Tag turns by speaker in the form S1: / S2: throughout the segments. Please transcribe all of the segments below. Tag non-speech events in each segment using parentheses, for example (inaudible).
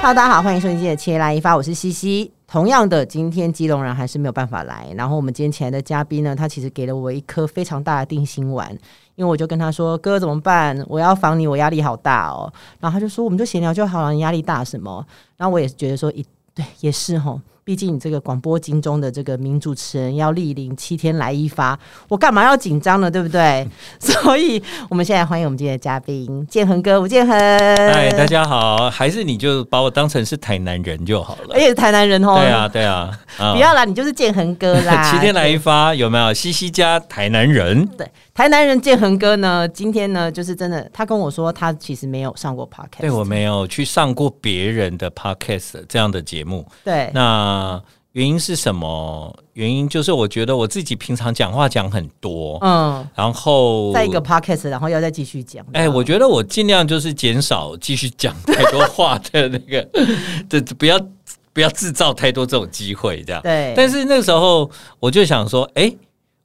S1: Hello，大家好，欢迎收听今天的《切来一发》，我是西西。同样的，今天基隆人还是没有办法来。然后我们今天请来的嘉宾呢，他其实给了我一颗非常大的定心丸，因为我就跟他说：“哥怎么办？我要防你，我压力好大哦。”然后他就说：“我们就闲聊就好了，你压力大什么？”然后我也觉得说：“一对也是吼，毕竟你这个广播金钟的这个名主持人要莅临七天来一发，我干嘛要紧张呢？对不对？ (laughs) 所以我们现在欢迎我们今天的嘉宾建恒哥吴建恒。
S2: 嗨，哎
S1: 呃
S2: 大家好，还是你就把我当成是台南人就好了。
S1: 而且是台南人哦，
S2: 对啊，对啊，啊
S1: 不要啦，你就是建恒哥
S2: (laughs)
S1: 啦。
S2: 七天来一发，有没有？西西加台南人，
S1: 对台南人建恒哥呢，今天呢，就是真的，他跟我说他其实没有上过 podcast，
S2: 对我没有去上过别人的 podcast 这样的节目。
S1: 对
S2: 那原因是什么？原因就是我觉得我自己平常讲话讲很多，
S1: 嗯，
S2: 然后
S1: 在一个 podcast，然后要再继续讲。
S2: 哎、我觉得我尽量就是减少继续讲太多话的那个， (laughs) 这不要不要制造太多这种机会，这样。
S1: 对，
S2: 但是那个时候我就想说，哎、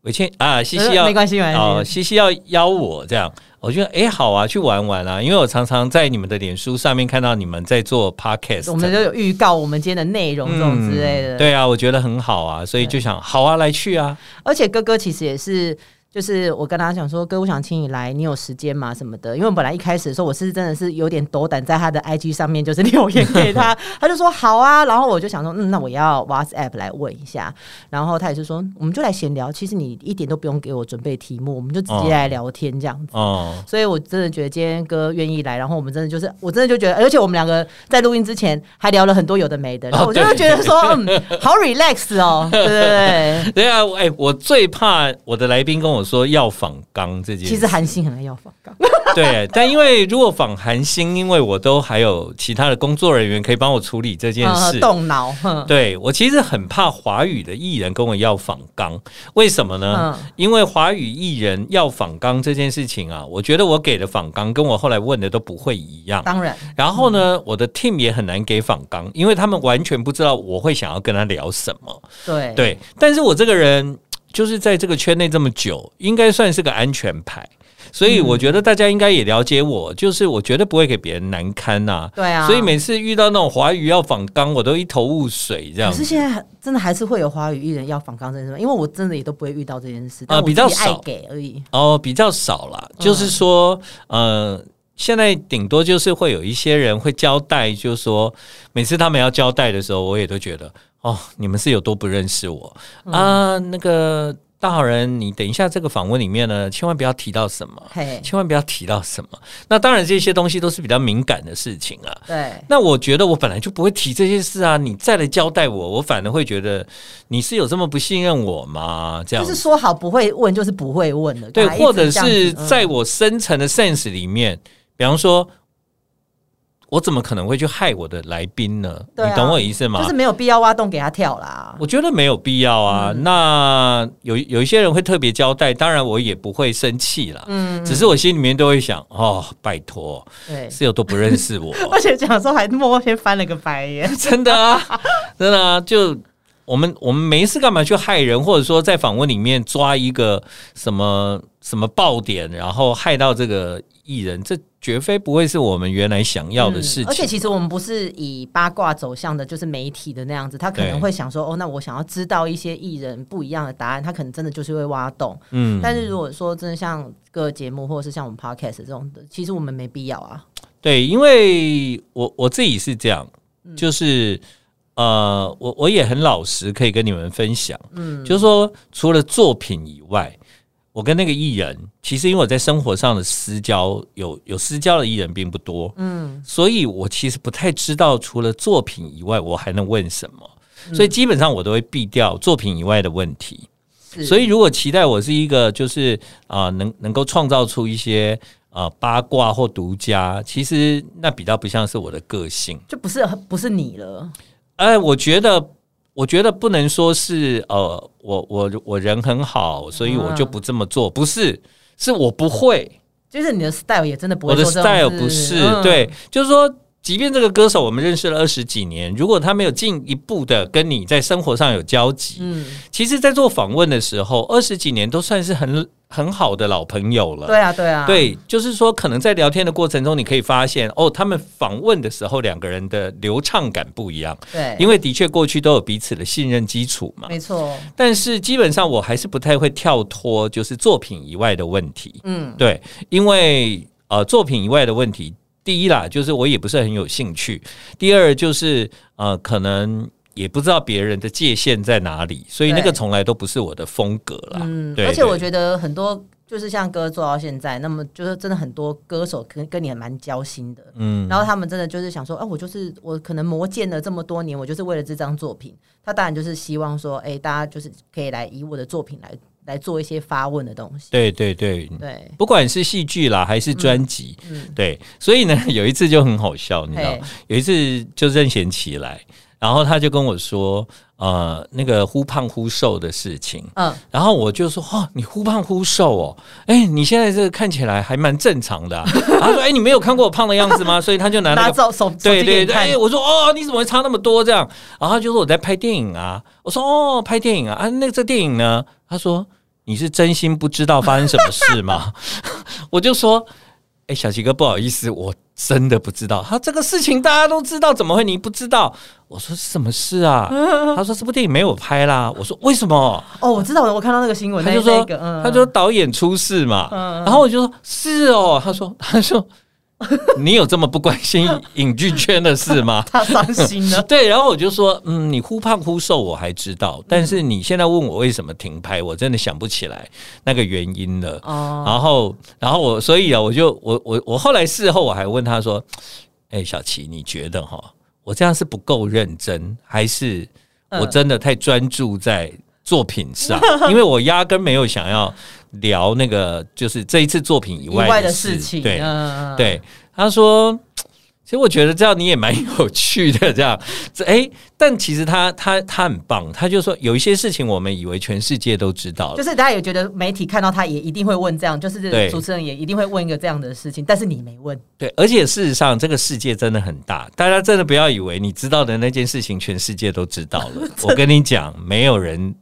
S2: 伟倩啊，西西
S1: 呃
S2: 要
S1: 没关系，没
S2: 哦
S1: 关，系。
S2: 西西要邀我这样，我觉得哎、好啊，去玩玩啊，因为我常常在你们的脸书上面看到你们在做 podcast，
S1: 我们就有预告我们今天的内容这种之类的。
S2: 对啊，我觉得很好啊，所以就想好啊，来去啊，
S1: 而且哥哥其实也是，就是我跟他讲说，哥，我想请你来，你有时间吗？什么的。因为本来一开始的时候，我是真的是有点斗胆，在他的 IG 上面就是留言给他，他就说好啊。然后我就想说，嗯，那我要 WhatsApp 来问一下。然后他也是说，我们就来闲聊，其实你一点都不用给我准备题目，我们就直接来聊天这样子。
S2: 哦、
S1: 所以，我真的觉得今天哥愿意来，然后我们真的就是，我真的就觉得，而且我们两个在录音之前还聊了很多有的没的，然后我就
S2: 对
S1: 会觉得说，嗯，好 relax 哦，对对对。 (laughs)
S2: 对啊，哎、我最怕我的来宾跟我说要仿纲这件
S1: 其
S2: 事，
S1: 实韩星很爱要访港，
S2: 对，但因为如果仿韩星，因为我都还有其他的工作人员可以帮我处理
S1: (laughs)
S2: 这件事，
S1: 动脑，哼
S2: 对我其实很怕华语的艺人跟我要仿纲，为什么呢？
S1: 嗯
S2: 因为华语艺人要仿纲这件事情啊，我觉得我给的仿纲跟我后来问的都不会一样。
S1: 当然，
S2: 然后
S1: 嗯
S2: 呢，我的 team 也很难给仿纲，因为他们完全不知道我会想要跟他聊什么。
S1: 对
S2: 对，但是我这个人就是在这个圈内这么久，应该算是个安全牌，所
S1: 嗯
S2: 以我觉得大家应该也了解我，就是我绝对不会给别人难堪呐、
S1: 对啊，
S2: 所以每次遇到那种华语要仿纲，我都一头雾水这样
S1: 可
S2: 子。
S1: 是现在还真的还是会有华语艺人要访港这件事，因为我真的也都不会遇到这件事，但我
S2: 呃比较
S1: 自己爱
S2: 少
S1: 给而已，
S2: 哦，比较少啦，
S1: 嗯
S2: 就是说，呃，现在顶多就是会有一些人会交代，就是说，每次他们要交代的时候，我也都觉得，哦，你们是有多不认识我、
S1: 嗯
S2: 啊？那个大好人，你等一下这个访问里面呢，千万不要提到什么，
S1: 嘿，
S2: 千万不要提到什么。那当然，这些东西都是比较敏感的事情啊。
S1: 对，
S2: 那我觉得我本来就不会提这些事啊，你再来交代我，我反而会觉得你是有这么不信任我吗？这样
S1: 就
S2: 子
S1: 是说好不会问，就是不会问的，
S2: 对，
S1: 干嘛一直
S2: 或者
S1: 这样
S2: 是
S1: 子嗯
S2: 在我深层的 sense 里面，比方说，我怎么可能会去害我的来宾呢？
S1: 对啊
S2: 你懂我意思吗？
S1: 就是没有必要挖洞给他跳啦，
S2: 我觉得没有必要啊。
S1: 嗯
S2: 那有有一些人会特别交代，当然我也不会生气啦。
S1: 嗯，
S2: 只是我心里面都会想，哦，拜
S1: (laughs)
S2: 托，
S1: 对，
S2: 室友都不认识我，
S1: 而且讲的时候还默默先翻了个白 (laughs) 眼，
S2: 真的啊，真的啊，就我们我们没事干嘛去害人，或者说在访问里面抓一个什么什么爆点，然后害到这个艺人，这绝非不会是我们原来想要的事
S1: 嗯而且
S2: 情。啊
S1: 其实我们不是以八卦走向的，就是媒体的那样子，他可能
S2: 对
S1: 会想说，哦，那我想要知道一些艺人不一样的答案，他可能真的就是会挖洞。
S2: 嗯，
S1: 但是如果说真的像各节目或者是像我们 podcast 这种的，其实我们没必要啊。
S2: 对，因为我我自己是这样，
S1: 嗯
S2: 就是呃，我我也很老实，可以跟你们分享，
S1: 嗯，
S2: 就是说除了作品以外。我跟那个艺人，其实因为我在生活上的私交有有私交的艺人并不多，
S1: 嗯，
S2: 所以我其实不太知道，除了作品以外，我还能问什么。
S1: 嗯
S2: 所以基本上我都会避掉作品以外的问题。
S1: 是，
S2: 所
S1: 以
S2: 以如果期待我是一个就是啊、呃能能够创造出一些啊、呃八卦或独家，其实那比较不像是我的个性。
S1: 就不是不是你了，
S2: 哎、我觉得我觉得不能说是呃我我我人很好，所以
S1: 嗯
S2: 我就不这么做，不是，是我不会。
S1: 就是你的 style 也真的不
S2: 我
S1: 会
S2: 的
S1: 做这种
S2: style
S1: 事
S2: 不是、
S1: 嗯
S2: 对，就是说即便这个歌手我们认识了二十几年，如果他没有进一步的跟你在生活上有交集，
S1: 嗯，
S2: 其实，在做访问的时候，二十几年都算是很很好的老朋友了。
S1: 对啊，对啊，，
S2: 对，就是说，可能在聊天的过程中，你可以发现哦，他们访问的时候，两个人的流畅感不一样，
S1: 对，
S2: 因为的确过去都有彼此的信任基础嘛。
S1: 没错，
S2: 但是基本上，我还是不太会跳脱就是作品以外的问题。
S1: 嗯，
S2: 对，因为呃，作品以外的问题，第一啦，就是我也不是很有兴趣；第二就是呃，可能也不知道别人的界限在哪里，所以那个
S1: 对
S2: 从来都不是我的风格啦。
S1: 嗯，
S2: 对
S1: 而且
S2: 对
S1: 我觉得很多就是像歌做到现在，那么就是真的很多歌手跟跟你很蛮交心的，
S2: 嗯，
S1: 然后他们真的就是想说，啊，我就是我可能磨剑了这么多年，我就是为了这张作品。他当然就是希望说，哎、大家就是可以来以我的作品来来做一些发问的东西。
S2: 对对对，
S1: 对，
S2: 不管是戏剧啦还是专辑，
S1: 嗯，
S2: 对，所以呢， (laughs) 有一次就很好笑，你知道
S1: 嘿，，
S2: 有一次就任贤齐来，然后他就跟我说，呃，那个忽胖忽瘦的事情。
S1: 嗯，
S2: 然后我就说：“哦，你忽胖忽瘦哦，哎，你现在这个看起来还蛮正常的、啊。”然后他说：“哎，你没有看过我胖的样子吗？”所以他就拿那
S1: 拿
S2: 个
S1: 走手手
S2: 对
S1: 机给
S2: 对
S1: 你
S2: 对，
S1: 看
S2: 哎，，我说哦，你怎么会差那么多这样？然后他就说我在拍电影啊，我说哦，拍电影啊，啊，那这电影呢？他说你是真心不知道发生什么事吗？ (laughs) 我就说，哎，小齐哥，不好意思，我真的不知道。他这个事情大家都知道，怎么会你不知道？我说什么事啊？他说这部电影没有拍啦。我说为什么？
S1: 哦，我知道了，我看到那个新闻，
S2: 他
S1: 那
S2: 就说
S1: 那个，嗯，
S2: 他说导演出事嘛，
S1: 嗯嗯
S2: 然后我就说是哦，他说他说 (laughs) 你有这么不关心影剧圈的事吗？
S1: 他伤心
S2: (laughs)
S1: 了，哦
S2: 对，然后我就说，嗯，你忽胖忽瘦我还知道，但是你现在问我为什么停拍，我真的想不起来那个原因了。
S1: 哦，
S2: 然后，然后我所以啊，我就我我我后来事后我还问他说，哎、小齐，你觉得哈，我这样是不够认真，还是我
S1: 嗯
S2: 真的太专注在作品上？因为我压根没有想要聊那个，就是这一次作品以
S1: 意
S2: 外
S1: 外的
S2: 事
S1: 事情，
S2: 对，
S1: 嗯，嗯，
S2: 对，他说，其实我觉得这样你也蛮有趣的，这样， (laughs) 这哎，但其实他他他很棒，他就说有一些事情我们以为全世界都知道
S1: 就
S2: 了，
S1: 是大家也觉得媒体看到他也一定会问这样，就是
S2: 对
S1: 主持人也一定会问一个这样的事情，但是你没问，
S2: 对，而且事实上这个世界真的很大，大家真的不要以为你知道的那件事情全世界都知
S1: (laughs)
S2: 道了，我跟你讲，没有人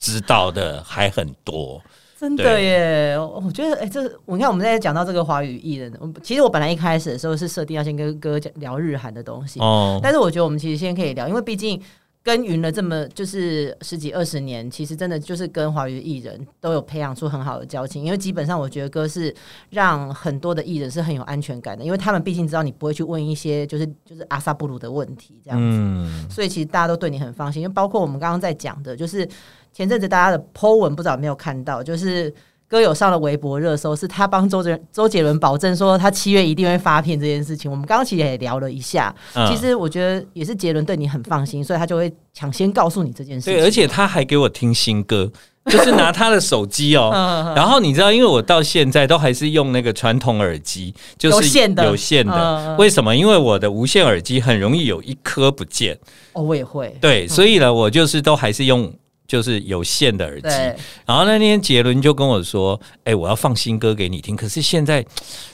S2: 知道的还很多，
S1: 真的
S2: 对
S1: 耶，我我觉得哎、这我你看我们在讲到这个华语艺人，我其实我本来一开始的时候是设定要先跟哥讲聊日韩的东西，
S2: 哦，
S1: 但是我觉得我们其实先可以聊，因为毕竟耕耘了这么就是十几二十年，其实真的就是跟华语艺人都有培养出很好的交情，因为基本上我觉得哥是让很多的艺人是很有安全感的，因为他们毕竟知道你不会去问一些就是就是阿萨布鲁的问题这样子。
S2: 嗯。
S1: 所以其实大家都对你很放心，因为包括我们刚刚在讲的，就是前阵子大家的 Po 文，不知道有没有看到，就是歌友上了微博热搜，是他帮周杰周杰伦保证说他七月一定会发片这件事情。我们刚刚其实也聊了一下，
S2: 嗯
S1: 其实我觉得也是杰伦对你很放心，所以他就会抢先告诉你这件事
S2: 对，
S1: 情。
S2: 而且他还给我听新歌， (laughs) 就是拿他的手机
S1: (laughs)
S2: 哦，
S1: 嗯
S2: 然后你知道，因为我到现在都还是用那个传统耳机，就是
S1: 有线的
S2: 有线的
S1: 嗯嗯
S2: 为什么？因为我的无线耳机很容易有一颗不见，
S1: 哦，我也会，
S2: 对，所以呢，我就是都还是用就是有线的耳机。
S1: 对，
S2: 然后那天杰伦就跟我说：“哎、我要放新歌给你听，可是现在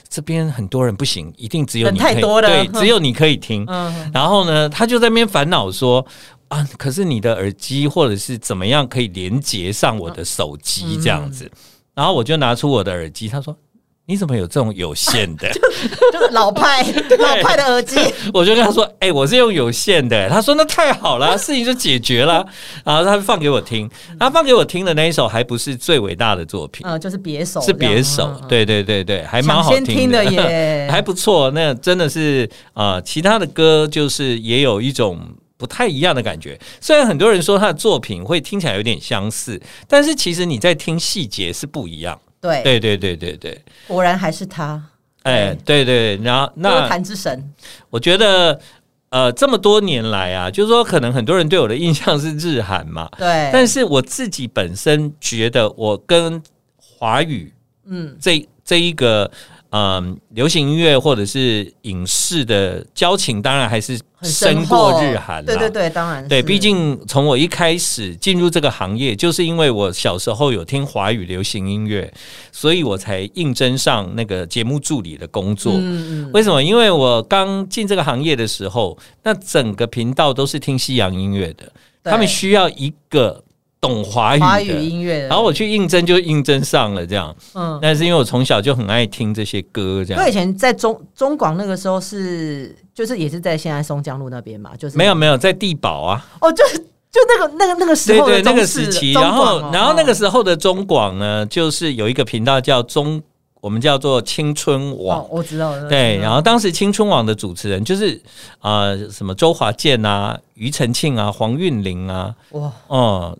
S2: 这边很多人不行，一定只有你
S1: 人太
S2: 可以
S1: 多了
S2: 对，
S1: 哼
S2: 只有你可以听。
S1: 嗯，
S2: 然后呢，他就在那边烦恼说。啊！可是你的耳机或者是怎么样可以连接上我的手机这样子？然后我就拿出我的耳机，他说：“你怎么有这种有线的？”
S1: 就是老
S2: (laughs)
S1: 派 (laughs) 老派的耳机，
S2: 我就跟他说：“哎、我是用有线的。”他说：“那太好了，事情就解决了。”然后他放给我听，他放给我听的那一首还不是最伟大的作品，
S1: 嗯，就是别手这
S2: 是
S1: 样，
S2: 别手
S1: 嗯，嗯
S2: 对对对对，还蛮
S1: 抢
S2: 好
S1: 先
S2: 听
S1: 的
S2: 欸
S1: 耶，
S2: (laughs) 还不错，那真的是呃，其他的歌就是也有一种不太一样的感觉。虽然很多人说他的作品会听起来有点相似，但是其实你在听细节是不一样。
S1: 对，
S2: 对对对对对，
S1: 果然还是他，
S2: 哎，对对，然后
S1: 歌
S2: 那
S1: 坛之神，
S2: 我觉得呃，这么多年来啊，就是说可能很多人对我的印象是日韩嘛，
S1: 对，
S2: 但是我自己本身觉得我跟华语
S1: 嗯，
S2: 这这一个嗯，流行音乐或者是影视的交情，当然还是
S1: 很
S2: 深
S1: 厚
S2: 过日韩啦。
S1: 对对对，当然
S2: 对，
S1: 是
S2: 毕竟从我一开始进入这个行业，就是因为我小时候有听华语流行音乐，所以我才应征上那个节目助理的工作。
S1: 嗯嗯
S2: 为什么？因为我刚进这个行业的时候，那整个频道都是听西洋音乐的，
S1: 对
S2: 他们需要一个懂华语
S1: 华语
S2: 的。
S1: 音乐的，
S2: 然后我去应征就应征上了，这样。
S1: 嗯，
S2: 但是因为我从小就很爱听这些歌，这
S1: 因为
S2: 样。
S1: 以前在中中广那个时候是就是也是在现在松江路那边嘛，就是
S2: 没有没有，在地堡啊，
S1: 哦，就是就那个那个那个时
S2: 对
S1: 候的
S2: 对，那
S1: 中
S2: 个
S1: 式
S2: 时期，
S1: 中
S2: 然后
S1: 广哦
S2: 然后那个
S1: 哦
S2: 时候的中广呢，就是有一个频道叫中，我们叫做青春网。
S1: 哦，我知道了，
S2: 对，
S1: 嗯
S2: 然后当时青春网的主持人就是呃什么周华健啊、庾澄庆啊、黄韵玲啊，
S1: 哇，
S2: 哦、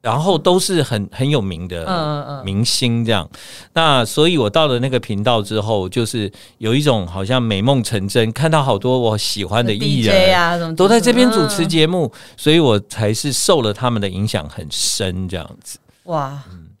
S2: 然后都是很很有名的
S1: 嗯嗯嗯，
S2: 明星这样。那所以我到了那个频道之后，就是有一种好像美梦成真，看到好多我喜欢的艺
S1: DJ
S2: 人。
S1: 啊，什么
S2: 都在这边主持
S1: 嗯
S2: 节目，所以我才是受了他们的影响很深，这样子。
S1: 哇，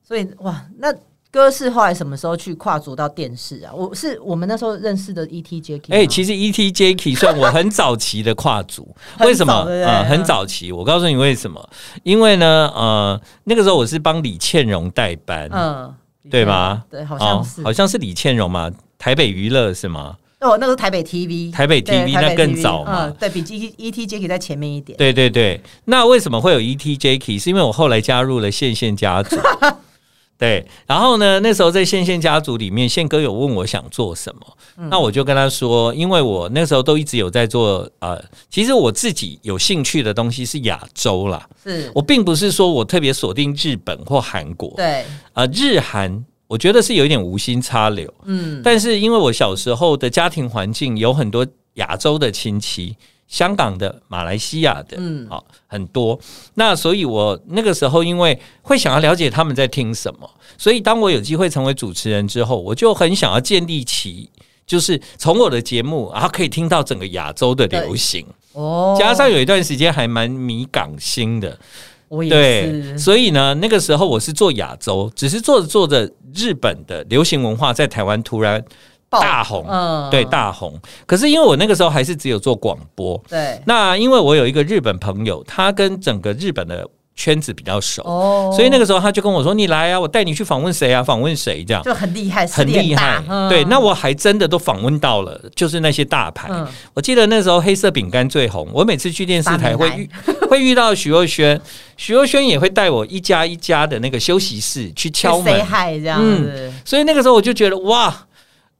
S1: 所以哇，那歌是后来什么时候去跨足到电视啊？我是我们那时候认识的 E.T. j a c k，
S2: 哎、其实 E.T. Jacky 算我很早期的跨足
S1: (laughs) 很
S2: 为什么？
S1: 早对不对
S2: 呃，很
S1: 嗯
S2: 早期。我告诉你为什么？因为呢，呃，那个时候我是帮李倩蓉代班，
S1: 嗯，
S2: 对吧？
S1: 对，好像是
S2: 哦，好像是李倩蓉嘛，台北娱乐是吗？
S1: 哦，那个是台北 TV，
S2: 台北
S1: 对
S2: TV
S1: 台
S2: 那
S1: 北
S2: 更
S1: TV
S2: 早嘛
S1: 嗯，对比 E E.T. j a c k 在前面一点，
S2: 对对对，那为什么会有 E E.T. Jacky？是因为我后来加入了线线家族。对，然后呢，那时候在线线家族里面，宪哥有问我想做什么，
S1: 嗯
S2: 那我就跟他说，因为我那时候都一直有在做，呃，其实我自己有兴趣的东西是亚洲啦，
S1: 是，
S2: 我并不是说我特别锁定日本或韩国，
S1: 对，
S2: 啊、日韩我觉得是有一点无心插柳，
S1: 嗯，
S2: 但是因为我小时候的家庭环境有很多亚洲的亲戚，香港的、马来西亚的，
S1: 嗯
S2: 嗯，好、很多。那所以我那个时候因为会想要了解他们在听什么，所以当我有机会成为主持人之后，我就很想要建立起。就是从我的节目，然后可以听到整个亚洲的流行，
S1: 哦，
S2: 加上有一段时间还蛮迷港星的，
S1: 我也
S2: 对，
S1: 是，
S2: 所以呢，那个时候我是做亚洲，只是做着做着，日本的流行文化在台湾突然
S1: 爆
S2: 大红，
S1: 嗯
S2: 对大红。可是因为我那个时候还是只有做广播，
S1: 对，
S2: 那因为我有一个日本朋友，他跟整个日本的圈子比较熟，
S1: 哦，
S2: 所以
S1: 个
S2: 那个时候他就跟我说：“你来啊，我带你去访问谁啊，访问谁这样。”
S1: 就很厉害，
S2: 很
S1: 势力
S2: 厉害
S1: 大，嗯
S2: 对，那我还真的都访问到了，就是那些大牌。
S1: 嗯
S2: 我记得那时候黑色饼干最红，我每次去电视台会遇 (laughs) 会遇到徐若瑄，徐若瑄也会带我一家一家的那个休息室去敲
S1: 就 say
S2: 门，
S1: hi 这样
S2: 嗯
S1: 子，
S2: 所以那个时候我就觉得哇，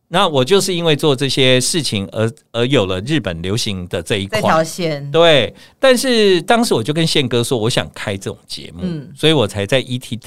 S2: 那我就是因为做这些事情而而有了日本流行的这一
S1: 这
S2: 块。
S1: 条线，
S2: 对，但是当时我就跟宪哥说，我想开这种节目，
S1: 嗯
S2: 所以我才在 ET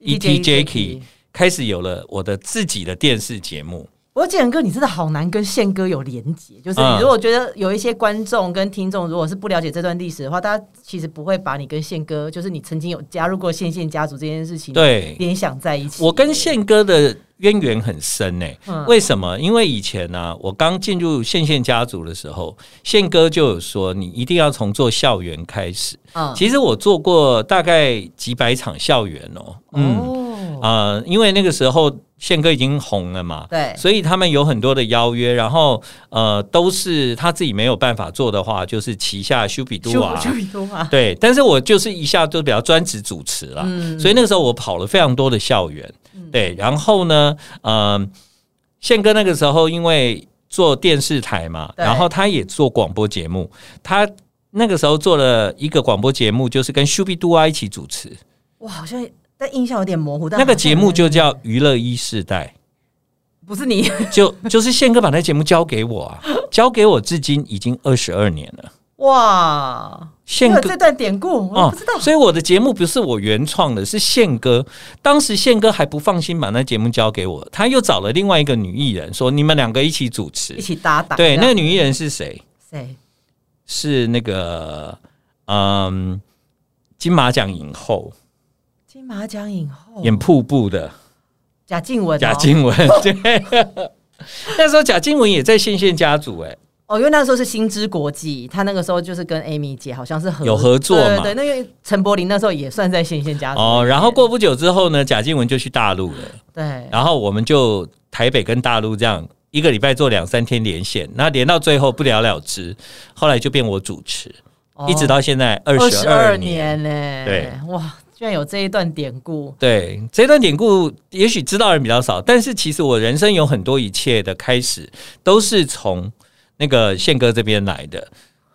S1: ET
S2: ET Jacky 开始有了我的自己的电视节目。
S1: 我建仁哥，你真的好难跟宪哥有连结。就是
S2: 嗯
S1: 你如果觉得有一些观众跟听众，如果是不了解这段历史的话，大家其实不会把你跟宪哥，就是你曾经有加入过宪宪家族这件事情，，
S2: 对，
S1: 联想在一起。
S2: 我跟宪哥的渊源很深呢、
S1: 嗯
S2: 为什么？因为以前呢、我刚进入宪宪家族的时候，宪哥就有说，你一定要从做校园开始。
S1: 嗯，
S2: 其实我做过大概几百场校园哦、嗯，
S1: 哦，
S2: 呃，因为那个时候宪哥已经红了嘛，
S1: 对，
S2: 所以他们有很多的邀约，然后呃，都是他自己没有办法做的话，就是旗下修比
S1: 就
S2: 杜啊，
S1: 就一多嘛，
S2: 对，但是我就是一下就比较专职主持啦，
S1: 嗯
S2: 所以那个时候我跑了非常多的校园，对，然后呢，嗯、宪哥那个时候因为做电视台嘛，
S1: 对
S2: 然后他也做广播节目，他那个时候做了一个广播节目，就是跟 s h u b i d u a 啊一起主持，
S1: 哇，好像但印象有点模糊。但
S2: 那个
S1: 好像
S2: 节目就叫《娱乐一世代
S1: 不是你》，
S2: 就就是宪哥把那节目交给我
S1: (laughs)
S2: 啊，交给我至今已经二十二年了，
S1: 哇，
S2: 宪
S1: 因为
S2: 哥啊
S1: 这段典故我不知道，
S2: 所以我的节目不是我原创的，是宪哥。当时宪哥还不放心把那节目交给我，他又找了另外一个女艺人，说你们两个一起主持
S1: 一。起搭档这
S2: 对，
S1: 样。
S2: 那个女艺人是谁？
S1: 谁？
S2: 是那个嗯，金马奖影后，
S1: 金马奖影后
S2: 演瀑布的
S1: 贾静雯哦，
S2: 贾
S1: (laughs)
S2: 静雯。对，那时候贾静雯也在线线家族、哎，
S1: 哦，因为那时候是星之国际，他那个时候就是跟 Amy 姐好像是合
S2: 有合作
S1: 对
S2: 嘛
S1: 对对，那因为陈柏霖那时候也算在
S2: 哦
S1: 线线家族里面
S2: 哦，然后过不久之后呢，贾静雯就去大陆了，
S1: 对
S2: 然后我们就台台北跟大陆这样一个礼拜做两三天连线，那连到最后不了了之，后来就变我主持，一直到现在哦二十
S1: 哦二
S2: 二
S1: 年呢、
S2: 对，
S1: 哇，居然有这一段典故，
S2: 对这段典故，也许知道的人比较少，但是其实我人生有很多一切的开始，都是从那个宪哥这边来的。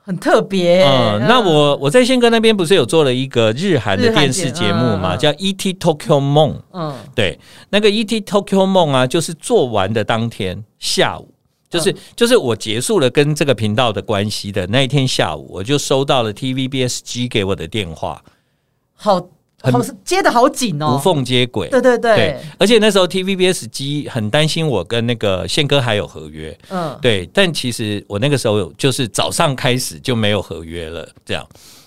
S1: 很特别、
S2: 嗯，那我我在宪哥那边不是有做了一个日韩的电视节目嗯嘛，
S1: 日韩节
S2: 叫《E.T. Tokyo 梦》。
S1: 嗯，
S2: 对，那个 E.T. Tokyo 梦啊，就是做完的当天下午，就是、
S1: 嗯
S2: 就是我结束了跟这个频道的关系的那一天下午，我就收到了 TVBSG 给我的电话，
S1: 好
S2: 很
S1: 好接的好紧
S2: 无
S1: 哦，
S2: 缝接轨。
S1: 对对对，
S2: 对，而且那时候 TVBSG 很担心我跟那个宪哥还有合约，
S1: 嗯，
S2: 对，但其实我那个时候有就是早上开始就没有合约了，这样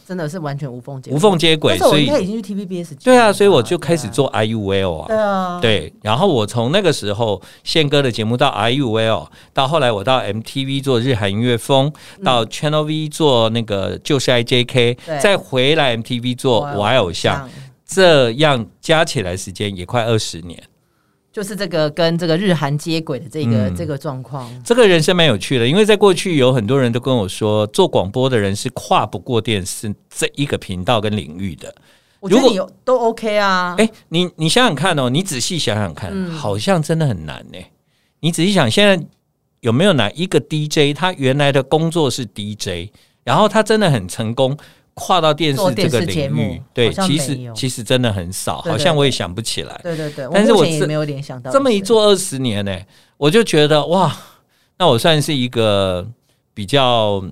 S1: 真的是完全无缝接轨
S2: 无缝接轨，
S1: 但是我
S2: 所
S1: 应
S2: 以
S1: 该已经去 TVBS
S2: 对啊，所以我就开始，做 IUL
S1: 对
S2: 啊。
S1: 啊，对啊
S2: 对，然后我从那个时候宪哥的节目到 IUL，到后来我到 MTV 做日韩音乐风，到 Channel V 做那个就是 IJK，
S1: 对
S2: 再回来 MTV 做我爱偶像，，这样加起来时间也快二十年。
S1: 就是这个跟这个日韩接轨的这个、
S2: 嗯
S1: 这个状况，
S2: 这个人生蛮有趣的，因为在过去有很多人都跟我说，做广播的人是跨不过电视这一个频道跟领域的。
S1: 我觉
S2: 如
S1: 得
S2: 果
S1: 你有都 OK 啊，嗯
S2: 哎、你你想想看哦，你仔细想想看，好像真的很难呢、你仔细想，现在有没有哪一个 DJ，他原来的工作是 DJ，然后他真的很成功？跨到电视
S1: 做
S2: 这
S1: 电视
S2: 个
S1: 节
S2: 领
S1: 目
S2: 域，对，
S1: 好像
S2: 其
S1: 没有
S2: 实其实真的很少，
S1: 对
S2: 好像我也想不起来。
S1: 对对对，
S2: 但是
S1: 我目
S2: 我
S1: 前也
S2: 这
S1: 没有联想到
S2: 这么一
S1: 是
S2: 做二十年呢、我就觉得哇，那我算是一个比较，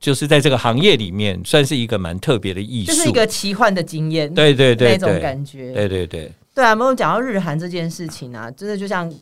S2: 就是在这个行业里面算是一个蛮特别的艺术，
S1: 就是一个奇幻的经验，
S2: 对对对
S1: 那种
S2: 对，
S1: 感觉。
S2: 对对对，
S1: 对啊，我们讲到日韩这件事情啊，真的就像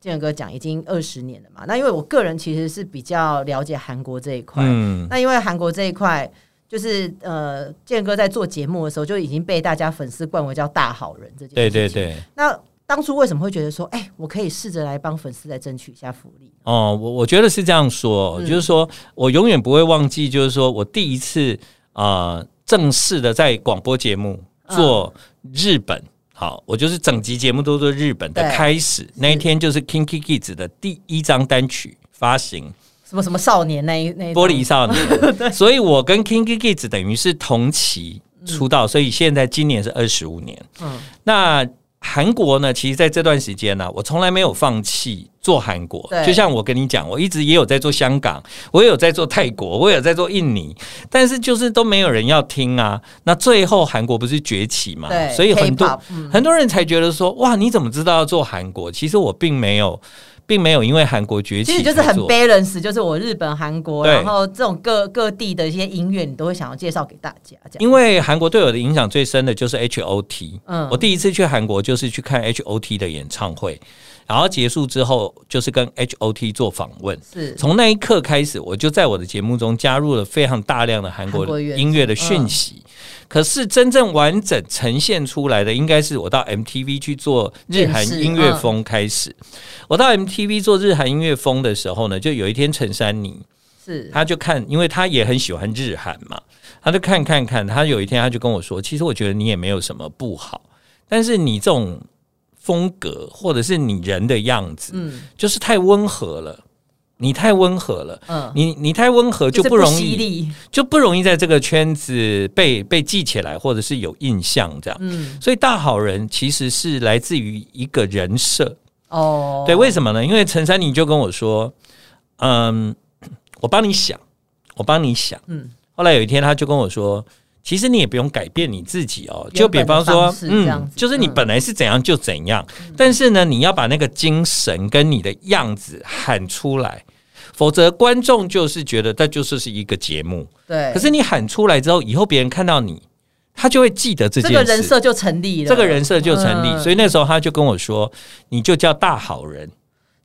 S1: 建哥讲，已经二十年了嘛。那因为我个人其实是比较了解韩国这一块，
S2: 嗯，
S1: 那因为韩国这一块。就是呃，建哥在做节目的时候就已经被大家粉丝冠为叫大好人这件
S2: 对
S1: 事情。
S2: 对。对。
S1: 那当初为什么会觉得说，哎、我可以试着来帮粉丝来争取一下福利？
S2: 哦，我我觉得是这样说，哦
S1: 嗯
S2: 就是说我永远不会忘记，就是说我第一次啊、呃正式的在广播节目
S1: 嗯
S2: 做日本。好，我就是整集节目都做日本的
S1: 对
S2: 开始那一天，就是 Kinky Kids 的第一张单曲发行，
S1: 什么什么少年那一那一
S2: 《玻璃
S1: 种
S2: 少年》
S1: (laughs)
S2: 所以我跟 Kinky Kids 等于是同期出道，所以现在今年是二十五年。
S1: 嗯
S2: 那韩国呢？其实在这段时间呢、我从来没有放弃做韩国
S1: 对。
S2: 就像我跟你讲，我一直也有在做香港，我也有在做泰国，我也有在做印尼，但是就是都没有人要听啊。那最后韩国不是崛起嘛？
S1: 对，
S2: 所以很多
S1: K-pop，嗯
S2: 很多人才觉得说，哇，你怎么知道要做韩国？其实我并没有，并没有因为韩国崛起
S1: 其实
S2: 才
S1: 就
S2: 做，
S1: 是很 balance，就是我日本、韩国，
S2: 对
S1: 然后这种各各地的一些音乐，你都会想要介绍给大家。这样，
S2: 因为韩国对我的影响最深的就是 H O T。
S1: 嗯
S2: 我第一次去韩国就是去看 H O T 的演唱会，然后结束之后就是跟 H O T 做访问。
S1: 是
S2: 从那一刻开始，我就在我的节目中加入了非常大量的韩
S1: 韩国
S2: 国
S1: 元素
S2: 音乐的讯息。可是真正完整呈现出来的，应该是我到 MTV 去做日韩
S1: 电视
S2: 音乐风开始。我到 MTV 做日韩音乐风的时候呢，就有一天陈珊妮，
S1: 是，
S2: 他就看，因为他也很喜欢日韩嘛，他就看看看。他有一天他就跟我说，其实我觉得你也没有什么不好，但是你这种风格或者是你人的样子，
S1: 嗯
S2: 就是太温和了。你太温和了，
S1: 嗯，
S2: 你你太温和就是不容
S1: 犀
S2: 易，
S1: 利，
S2: 就不容易在这个圈子被被记起来，或者是有印象这样。
S1: 嗯，
S2: 所以大好人其实是来自于一个人设，
S1: 哦，
S2: 对，为什么呢？因为陈珊妮就跟我说，嗯，我帮你想，我帮你想。
S1: 嗯
S2: 嗯，后来有一天他就跟我说，其实你也不用改变你自己哦，
S1: 原
S2: 就比方
S1: 本的
S2: 说
S1: 方式，这样
S2: 嗯
S1: 子，
S2: 就是你
S1: 嗯
S2: 本来是怎样就怎样，但是呢，你要把那个精神跟你的样子喊出来。否则，观众就是觉得它就是是一个节目。
S1: 对，
S2: 可是你喊出来之后，以后别人看到你，他就会记得这
S1: 这
S2: 件
S1: 个
S2: 事。
S1: 人设就成立了，
S2: 这个人设就成立。
S1: 嗯
S2: 所以那时候他就跟我说：“你就叫大好人。”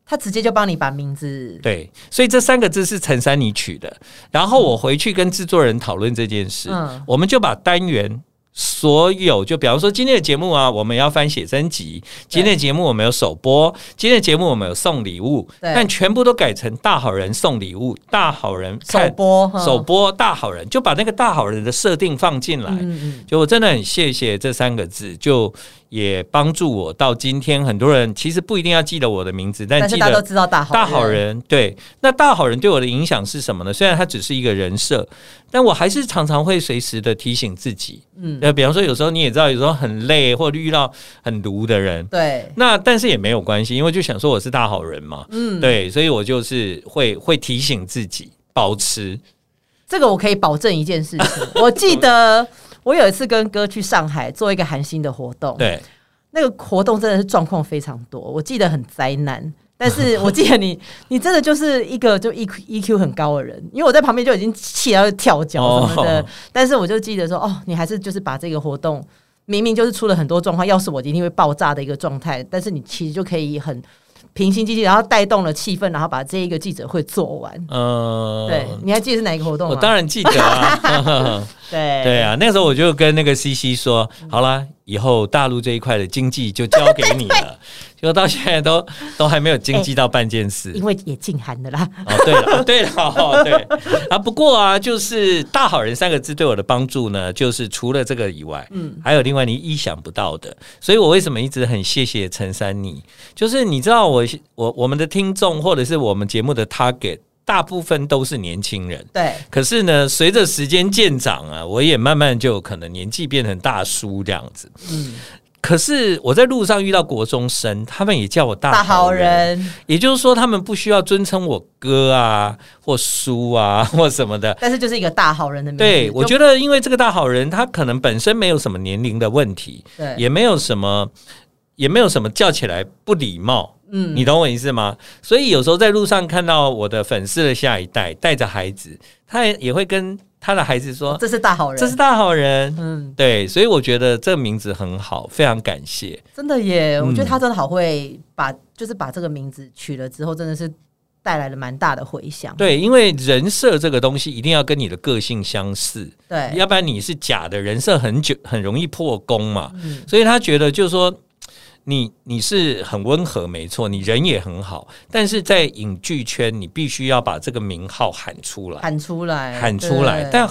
S1: 他直接就帮你把名字，
S2: 对，所以这三个字是陈珊妮取的。然后我回去跟制作人讨论这件事，
S1: 嗯
S2: 我们就把单元所有，就比方说今天的节目啊，我们要翻写真集；今天的节目我们有首播；今天的节目我们有送礼物，
S1: 对
S2: 但全部都改成大好人送礼物，大好人
S1: 首
S2: 看
S1: 播，嗯哈
S2: 首播大好人，就把那个大好人的设定放进来。
S1: 嗯嗯
S2: 就我真的很谢谢这三个字，就也帮助我到今天。很多人其实不一定要记得我的名字，但
S1: 但是
S2: 记
S1: 大家都
S2: 得
S1: 知道大好
S2: 大好，人。对，那大好人对我的影响是什么呢？虽然他只是一个人设，但我还是常常会随时的提醒自己。
S1: 嗯，
S2: 呃，比方说有时候你也知道，有时候很累，或者遇到很毒的人。
S1: 对，
S2: 那但是也没有关系，因为就想说我是大好人嘛，
S1: 嗯，
S2: 对，所以我就是会会提醒自己保持，
S1: 这个我可以保证一件事
S2: (laughs)
S1: 情，我记得我有一次跟哥去上海做一个寒心的活动，
S2: 对，
S1: 那个活动真的是状况非常多，我记得很灾难。但
S2: (laughs)
S1: 是我记得你，你真的就是一个就 E EQ EQ 很高的人，因为我在旁边就已经气到跳脚什么的。
S2: 哦
S1: 但是我就记得说，哦，你还是就是把这个活动明明就是出了很多状况，要是我一定会爆炸的一个状态，但是你其实就可以很平心静气，然后带动了气氛，然后把这一个记者会做完。
S2: 嗯、
S1: 对，你还记得是哪一个活动
S2: 我
S1: 吗？
S2: 当然记
S1: (laughs)
S2: 得啊， (laughs)
S1: 对
S2: 对啊，那时候我就跟那个 CC 说，好啦，以后大陆这一块的经济就交给你了，结果到现在都都还没有经济到半件
S1: (laughs)
S2: 事。
S1: 因为也禁寒的啦。
S2: 哦，对了，对了，哦、对啊。不过啊，就是“大好人”三个字对我的帮助呢，就是除了这个以外，嗯，还有另外你意想不到的。所以我为什么一直很谢谢陈珊妮，就是你知道我我我们的听众或者是我们节目的 target，大部分都是年轻人。
S1: 对，
S2: 可是呢，随着时间渐长啊，我也慢慢就可能年纪变成大叔这样子。
S1: 嗯，
S2: 可是我在路上遇到国中生，他们也叫我大
S1: 大好
S2: 好人，
S1: 人，
S2: 也就是说，他们不需要尊称我哥啊，或叔啊，或什么的。
S1: 但是就是一个大好人的名字。
S2: 对，
S1: 嗯就
S2: 我觉得因为这个大好人，他可能本身没有什么年龄的问题，
S1: 对，
S2: 也没有什么，也没有什么叫起来不礼貌。
S1: 嗯
S2: 你懂我意思吗？所以有时候在路上看到我的粉丝的下一代带着孩子，他也也会跟他的孩子说：“
S1: (laughs) 这是大好人，
S2: 这是大好人。
S1: 嗯，”
S2: 对，所以我觉得这个名字很好，非常感谢。
S1: 真的耶，
S2: 嗯
S1: 我觉得他真的好会把，就是把这个名字取了之后，真的是带来了蛮大的回响。
S2: 对，因为人设这个东西一定要跟你的个性相似，
S1: 对，
S2: 要不然你是假的人设，很久很容易破功嘛。
S1: 嗯，
S2: 所以他觉得就是说，你你是很温和，没错，你人也很好，但是在影剧圈，你必须要把这个名号喊出来，
S1: 喊出来，
S2: 喊出来，
S1: 哎对
S2: 但。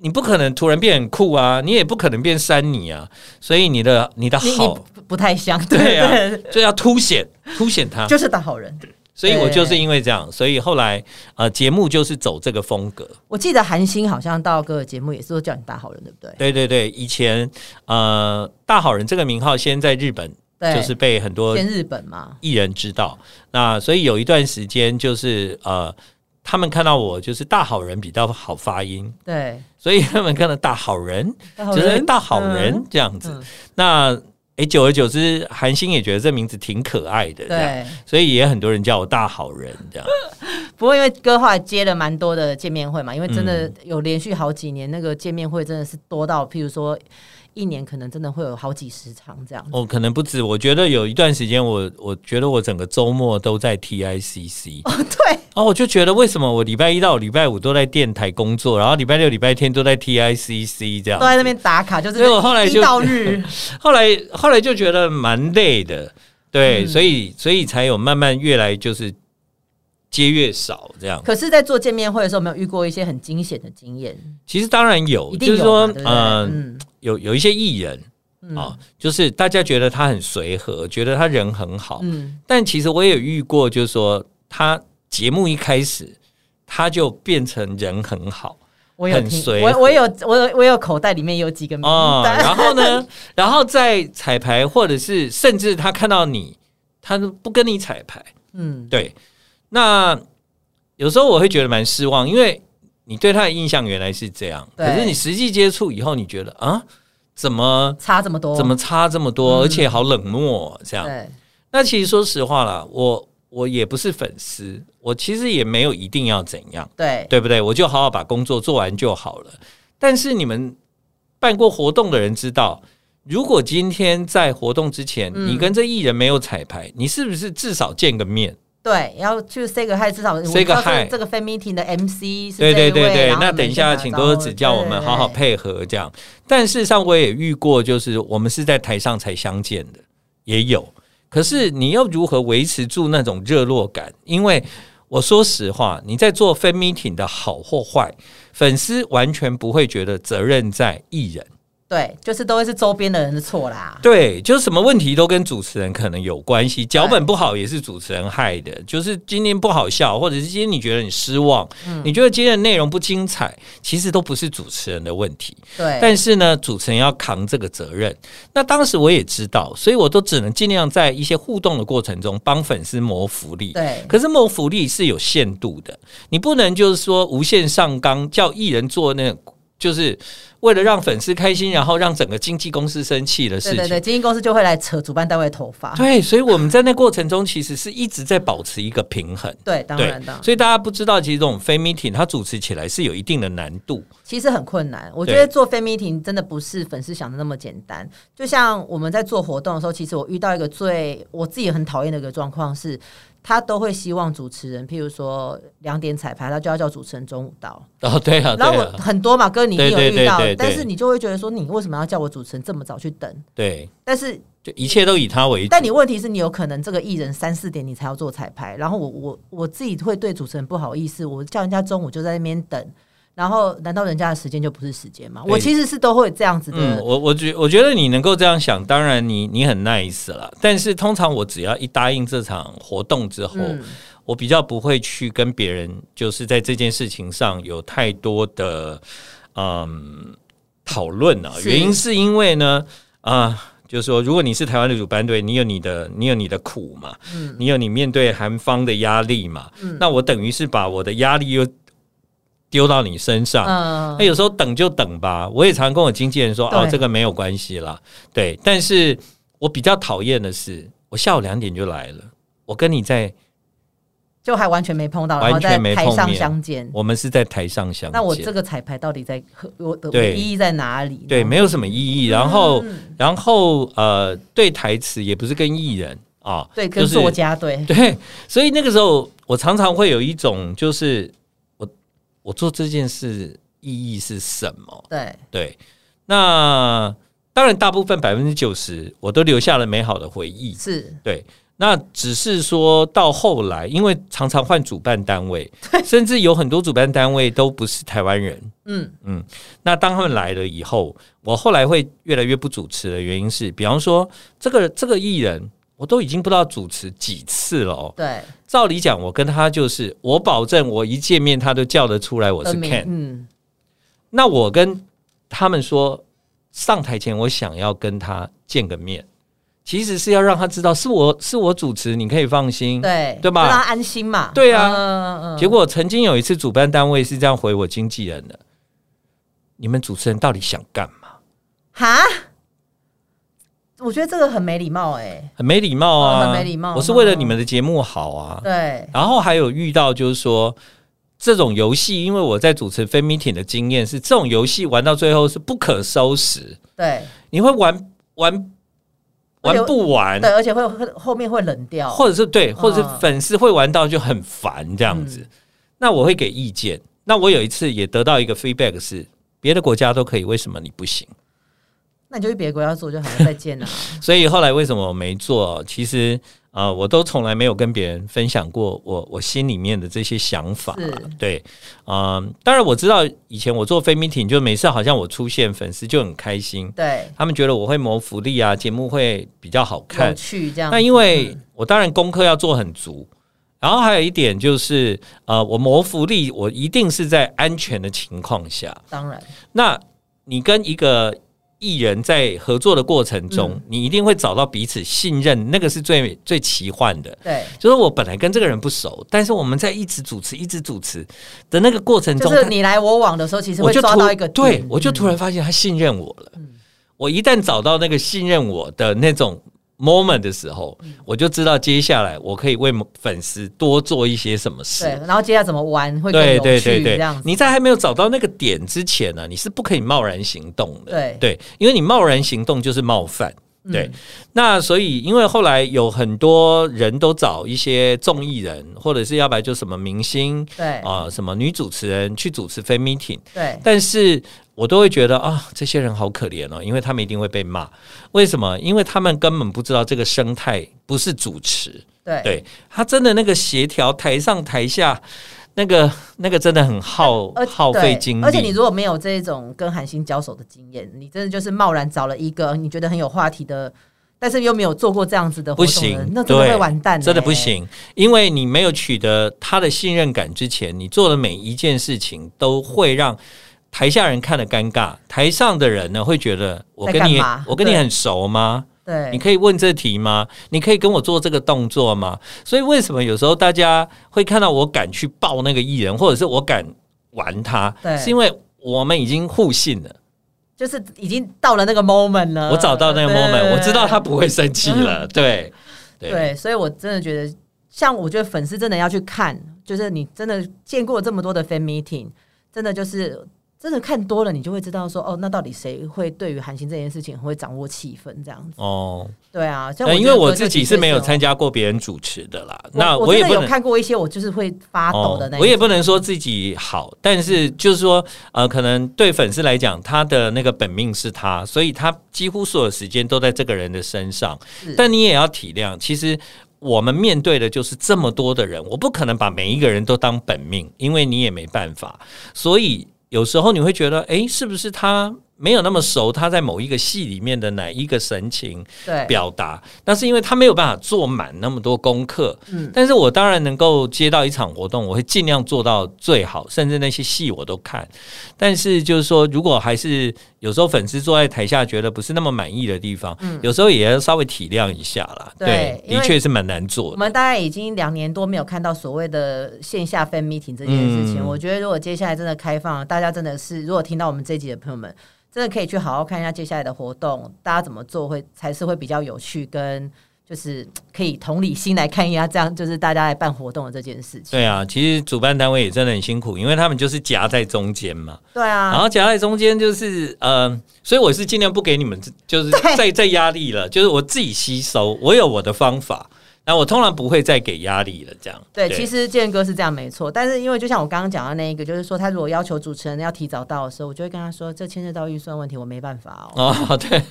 S2: 你不可能突然变很酷啊，你也不可能变山泥啊，所以你的你的
S1: 你你
S2: 好
S1: 不不太像，
S2: 对啊
S1: 对，
S2: 就要凸显凸显它，
S1: 就是大好人。
S2: 所以我就是因为这样，所以后来呃节目就是走这个风格，
S1: 我记得韩星好像到各个节目也是都叫你大好人，对不对？
S2: 对对对，以前呃大好人这个名号先在日本
S1: 对，
S2: 就是被很多
S1: 先日本嘛，
S2: 艺人知道。那所以有一段时间就是呃，他们看到我就是大好人比较好发音，
S1: 对，
S2: 所以他们看到大好人
S1: 大好
S2: 就是
S1: 人，
S2: 大好人这样子。
S1: 嗯
S2: 那诶，久而久之，韩星也觉得这名字挺可爱的，这样，
S1: 对。
S2: 所以也很多人叫我大好人这样。
S1: 不过因为哥后来接了蛮多的见面会嘛，因为真的
S2: 嗯
S1: 有连续好几年那个见面会真的是多到，譬如说一年可能真的会有好几十场
S2: (laughs)
S1: 这样。
S2: 哦，可能不止，我觉得有一段时间我，我觉得我整个周末都在 TICC，
S1: 哦，对，
S2: 然后我就觉得为什么我礼拜一到礼拜五都在电台工作，然后礼拜六、礼拜天都在 TICC 这样
S1: 都，在那边打卡，就是
S2: 所以我后来就
S1: 一到日，
S2: 后来后来就觉得蛮累的，
S1: 嗯
S2: 对，所以所以才有慢慢越来就是接越少这样。
S1: 可是，在做见面会的时候，有没有遇过一些很惊险的经验，
S2: 其实当然有，
S1: 一
S2: 就
S1: 定
S2: 是
S1: 有嘛，
S2: 说
S1: 对不，对？
S2: 嗯，
S1: 嗯
S2: 有有一些艺人啊，就是大家觉得他很随和，觉得他人很好，
S1: 嗯，
S2: 但其实我也遇过，就是说他节目一开始他就变成人很好
S1: 我有
S2: 很
S1: 听，
S2: 随
S1: 我我有我有我有口袋里面有几个名
S2: 啊、
S1: 单，
S2: 然后呢，然后在彩排或者是甚至他看到你，他都不跟你彩排。
S1: 嗯，
S2: 对，那有时候我会觉得蛮失望，因为你对他的印象原来是这样，
S1: 对
S2: 可是你实际接触以后，你觉得啊，怎么
S1: 差这么多，
S2: 怎么差这么多，而且好冷漠这样。
S1: 对？
S2: 那其实说实话啦，我我也不是粉丝，我其实也没有一定要怎样，
S1: 对
S2: 对不对？我就好好把工作做完就好了。但是你们办过活动的人知道。如果今天在活动之前，
S1: 嗯
S2: 你跟这艺人没有彩排，你是不是至少见个面？
S1: 对，要去 say 个 hi，至少我
S2: say
S1: 知
S2: 个
S1: 道这
S2: hi
S1: 这个 fan meeting 的 MC 是这
S2: 对
S1: 一
S2: 对对
S1: 位
S2: 对
S1: 然，后
S2: 那
S1: 你们
S2: 等一
S1: 先
S2: 下
S1: 打
S2: 请
S1: 招
S2: 多多
S1: 呼
S2: 指教，我
S1: 对
S2: 们
S1: 对
S2: 好好
S1: 对
S2: 配合这样。但事实上，我也遇过，就是我们是在台上才相见的，也有。可是你要如何维持住那种热络感？因为我说实话，你在做 fan meeting 的好或坏，粉丝完全不会觉得责任在艺人。
S1: 对，就是都会是周边的人的错啦。
S2: 对，就是什么问题都跟主持人可能有关系，脚本不好也是主持人害的。就是今天不好笑，或者是今天你觉得你失望，
S1: 嗯
S2: 你觉得今天的内容不精彩，其实都不是主持人的问题。
S1: 对，
S2: 但是呢，主持人要扛这个责任。那当时我也知道，所以我都只能尽量在一些互动的过程中帮粉丝谋福利。
S1: 对
S2: 可是谋福利是有限度的，你不能就是说无限上纲，叫艺人做那种就是为了让粉丝开心，然后让整个经纪公司生气的事
S1: 对
S2: 情。
S1: 对对，经纪公司就会来扯主办单位的头发。
S2: 对，所以我们在那过程中其实是一直在保持一个平衡。
S1: 对，当
S2: 对
S1: 然的，，
S2: 所以大家不知道，其实这种非 meeting 它主持起来是有一定的难度。
S1: 其实很困难。我觉
S2: 对
S1: 得做 fan meeting 真的不是粉丝想的那么简单。就像我们在做活动的时候，其实我遇到一个最我自己很讨厌的一个状况是，他都会希望主持人，譬如说两点彩排，他就要叫主持人中午到。
S2: 哦，对啊，对
S1: 然后我
S2: 啊，
S1: 很多嘛，哥你也有
S2: 对对
S1: 遇到
S2: 对对对，
S1: 但是你就会觉得说，你为什么要叫我主持人这么早去等？
S2: 对，
S1: 但是
S2: 就一切都以他为主。
S1: 但你问题是你有可能这个艺人三四点你才要做彩排，然后我我我自己会对主持人不好意思，我叫人家中午就在那边等，然后难道人家的时间就不是时间吗？
S2: 对
S1: 我其实是都会有这样子
S2: 嗯，
S1: 的，
S2: 我我觉我觉得你能够这样想，当然你你很 nice 了。但是通常我只要一答应这场活动之后，
S1: 嗯
S2: 我比较不会去跟别人就是在这件事情上有太多的嗯讨论啊。
S1: 是
S2: 原因是因为呢啊。就是说，如果你是台湾的主办队，你有你的，你有你的苦嘛，你有你面对韩方的压力嘛，那我等于是把我的压力又丢到你身上，
S1: 嗯，
S2: 那有时候等就等吧，我也常跟我经纪人说，
S1: 对
S2: 哦，这个没有关系啦，对。但是我比较讨厌的是，我下午两点就来了，我跟你在，
S1: 就还完全没碰到，然
S2: 完
S1: 后
S2: 全
S1: 在
S2: 没
S1: 台
S2: 碰
S1: 上
S2: 面
S1: 相见。
S2: 我们是在台上相见，
S1: 那我这个彩排到底在和我的我的
S2: 对
S1: 意义在哪里？
S2: 对没有什么意义。然后，
S1: 嗯
S2: 然后呃，对台词也不是跟艺人啊，
S1: 对，
S2: 就
S1: 跟
S2: 是
S1: 作家对，
S2: 对，所以那个时候我常常会有一种，就是我我做这件事意义是什么？
S1: 对
S2: 对，那当然大部分百分之九十我都留下了美好的回忆。
S1: 是，
S2: 对，那只是说到后来，因为常常换主办单位，甚至有很多主办单位都不是台湾人。
S1: 嗯
S2: 那当他们来了以后，我后来会越来越不主持的原因是，比方说这个这个艺人，我都已经不知道主持几次了哦。
S1: 对，
S2: 照理讲，我跟他就是，我保证我一见面他都叫得出来我是
S1: 的名
S2: Ken。
S1: 嗯，
S2: 那我跟他们说，上台前我想要跟他见个面，其实是要让他知道是我是我主持，你可以放心。
S1: 对
S2: 嗯对吧
S1: 让他安心嘛，
S2: 对啊
S1: 嗯嗯
S2: 结果曾经有一次，主办单位是这样回我经纪人的：“你们主持人到底想干嘛？
S1: 哈，我觉得这个很没礼貌哎、
S2: 很没礼貌啊！
S1: 哦很没礼貌嗯
S2: 我是为了你们的节目好啊。
S1: 对，
S2: 然后还有遇到就是说。这种游戏，因为我在主持 fan meeting 的经验是，这种游戏玩到最后是不可收拾，
S1: 对，
S2: 你会玩玩
S1: 而且
S2: 玩不完，
S1: 对，而且会会后面会冷掉，
S2: 或者是对，或者是
S1: 哦嗯
S2: 粉丝会玩到就很烦这样子。那我会给意见。那我有一次也得到一个 feedback 是，别的国家都可以，为什么你不行？
S1: 那你就去别的国家做，就好像再见啊
S2: (laughs)
S1: 了、
S2: 所以后来为什么我没做？其实啊、呃我都从来没有跟别人分享过我我心里面的这些想法
S1: 是。
S2: 对，嗯、当然我知道以前我做 fan meeting 就每次好像我出现，粉丝就很开心，
S1: 对，
S2: 他们觉得我会谋福利啊，节目会比较好看
S1: 有，趣这样嗯
S2: 那。因为我当然功课要做很足，然后还有一点就是，呃，我谋福利，我一定是在安全的情况下。
S1: 当然，
S2: 那你跟一个艺人在合作的过程中，
S1: 嗯
S2: 你一定会找到彼此信任，那个是最最奇幻的。
S1: 对，
S2: 就是我本来跟这个人不熟，但是我们在一直主持、一直主持的那个过程
S1: 就
S2: 中，
S1: 是
S2: 他
S1: 你来我往的时候，其实
S2: 嗯我
S1: 会
S2: 就
S1: 抓
S2: 突
S1: 到一个
S2: 对
S1: 点，嗯
S2: 我就突然发现他信任我了。我一旦找到那个信任我的那种 moment 的时候，
S1: 嗯
S2: 我就知道接下来我可以为粉丝多做一些什么
S1: 对，
S2: 事。
S1: 然后接下来怎么玩会更
S2: 对
S1: 有
S2: 对
S1: 趣
S2: 对
S1: 这
S2: 对
S1: 样，子。
S2: 你在还没有找到那个点之前呢、你是不可以贸然行动的。
S1: 对嗯
S2: 对，因为你贸然行动就是冒犯。对，那所以因为后来有很多人都找一些综艺人，或者是要不然就什么明星
S1: 对
S2: 啊、什么女主持人去主持 fan meeting，
S1: 对
S2: 但是我都会觉得啊，这些人好可怜哦，因为他们一定会被骂。为什么？因为他们根本不知道这个生态不是主持，
S1: 对
S2: 对他真的那个协调台上台下，那个那个真的很耗
S1: 而
S2: 耗费
S1: 呃对
S2: 精力。
S1: 而且你如果没有这种跟韩星交手的经验，你真的就是贸然找了一个你觉得很有话题的，但是又没有做过这样子的活
S2: 不
S1: 动的人
S2: 行，
S1: 那真的
S2: 对
S1: 会完蛋、欸
S2: 真的不。行，因为你没有取得他的信任感之前，你做的每一件事情都会让台下人看得尴尬，台上的人呢会觉得我
S1: 在
S2: 跟
S1: 干
S2: 你
S1: 嘛
S2: 我跟你
S1: 对
S2: 很熟吗？
S1: 对，
S2: 你可以问这题吗？你可以跟我做这个动作吗？所以为什么有时候大家会看到我敢去抱那个艺人，或者是我敢玩他
S1: 对，
S2: 是因为我们已经互信了。
S1: 就是已经到了那个 moment 了。
S2: 我找到那个
S1: 呃对嗯
S2: moment，我知道他不会生气了。对，
S1: 对
S2: 对，
S1: 所以我真的觉得，像我觉得粉丝真的要去看，就是你真的见过这么多的 fan meeting，真的就是真的看多了，你就会知道说，哦，那到底谁会对于韩星这件事情很会掌握气氛这样子？
S2: 哦，
S1: 对啊，像
S2: 呃
S1: 我
S2: 因为我
S1: 觉得
S2: 自己是没有
S1: 这
S2: 参
S1: 个
S2: 加过别人主持的啦，
S1: 确实
S2: 那
S1: 我
S2: 也
S1: 真的
S2: 不
S1: 有
S2: 能。哦
S1: 看过一些，我就是会发抖的那一种、
S2: 我也不能说自己好，但是就是说，呃，可能对粉丝来讲，他的那个本命是他，所以他几乎所有时间都在这个人的身上
S1: 是。
S2: 但你也要体谅，其实我们面对的就是这么多的人，我不可能把每一个人都当本命，因为你也没办法。所以有时候你会觉得，诶，是不是他？没有那么熟，他在某一个戏里面的哪一个神情，
S1: 对
S2: 表达，那是因为他没有办法做满那么多功课。
S1: 嗯
S2: 但是我当然能够接到一场活动，我会尽量做到最好，甚至那些戏我都看。但是就是说，如果还是有时候粉丝坐在台下觉得不是那么满意的地方，有时候也要稍微体谅一下啦。
S1: 嗯对因为
S2: 的确是蛮难做
S1: 我
S2: 的。
S1: 们大概已经两年多没有看到所谓的线下 fan meeting 这件事情。
S2: 嗯
S1: 我觉得如果接下来真的开放，大家真的是如果听到我们这一集的朋友们，真的可以去好好看一下接下来的活动，大家怎么做会才是会比较有趣，跟就是可以同理心来看一下，这样就是大家来办活动的这件事情。
S2: 对啊，其实主办单位也真的很辛苦，因为他们就是夹在中间嘛。
S1: 对
S2: 然
S1: 啊，
S2: 后夹在中间就是，呃，所以我是尽量不给你们这，就是
S1: 对
S2: 再再压力了，就是我自己吸收，我有我的方法，那我通常不会再给压力了，这样。
S1: 对，其实建哥是这样没错，但是因为就像我刚刚讲的那一个，就是说他如果要求主持人要提早到的时候，我就会跟他说，这牵涉到预算问题，我没办法哦。
S2: 哦， (laughs) 对，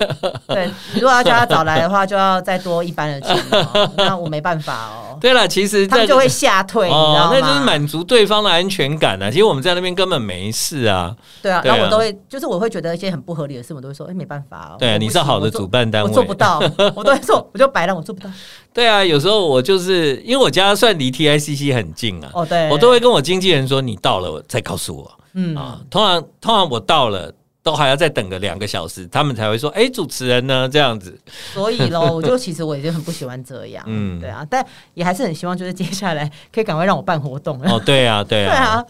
S1: (laughs) 对，你如果要叫他早来的话，就要再多一般的钱、哦，那我没办法哦。
S2: 对了，其实
S1: 他们
S2: 这
S1: 就会吓退，
S2: 哦，
S1: 你
S2: 那
S1: 知道吗？
S2: 就是满足对方的安全感啊。其实我们在那边根本没事啊，
S1: 对啊，
S2: 对啊
S1: 然后我都会，就是我会觉得一些很不合理的事，我都会说，哎，没办法哦。
S2: 对啊，
S1: 我不
S2: 你是
S1: 行
S2: 好的
S1: 我做
S2: 主办单
S1: 我
S2: 位，
S1: 做不
S2: (laughs)
S1: 到，我都会说，我就白了，我做不到。
S2: 对啊，有时候我就是因为我家算离 TICC 很近啊，
S1: 哦，对，
S2: 我都会跟我经纪人说，你到了再告诉我。
S1: 嗯，
S2: (laughs) 啊，通常通常我到了。都还要再等个两个小时，他们才会说：“哎、主持人呢？”这样子，
S1: 所以咯，我就其实我已经很不喜欢这样，嗯，
S2: 嗯
S1: 对啊，但也还是很希望，就是接下来可以赶快让我办活动了。
S2: (laughs) 哦，对啊，对
S1: 对
S2: 啊，
S1: 啊，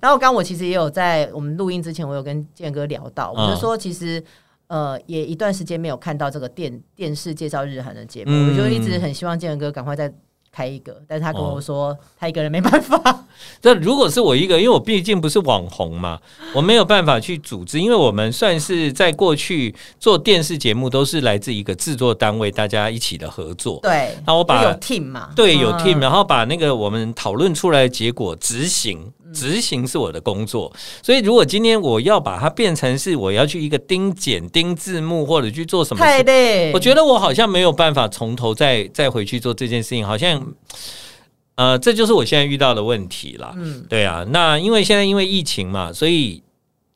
S1: 然后刚刚我其实也有在我们录音之前，我有跟建哥聊到，我就
S2: 嗯
S1: 说其实。呃，也一段时间没有看到这个电电视介绍日韩的节目，
S2: 嗯
S1: 我就一直很希望建哥赶快再开一个，但是他跟我说、他一个人没办法，
S2: 那、如果是我一个，因为我毕竟不是网红嘛，我没有办法去组织，因为我们算是在过去做电视节目都是来自一个制作单位，大家一起的合作。
S1: (laughs) 对，
S2: 那我把
S1: 就有 team 嘛，
S2: 对，有
S1: 嗯
S2: team，、然后把那个我们讨论出来的结果执行，
S1: 嗯
S2: 执行是我的工作。所以如果今天我要把它变成是我要去一个盯剪、盯字幕或者去做什么事
S1: 太累，
S2: 我觉得我好像没有办法从头再再回去做这件事情，好像，呃，这就是我现在遇到的问题啦。
S1: 嗯，
S2: 对啊，那因为现在因为疫情嘛，所以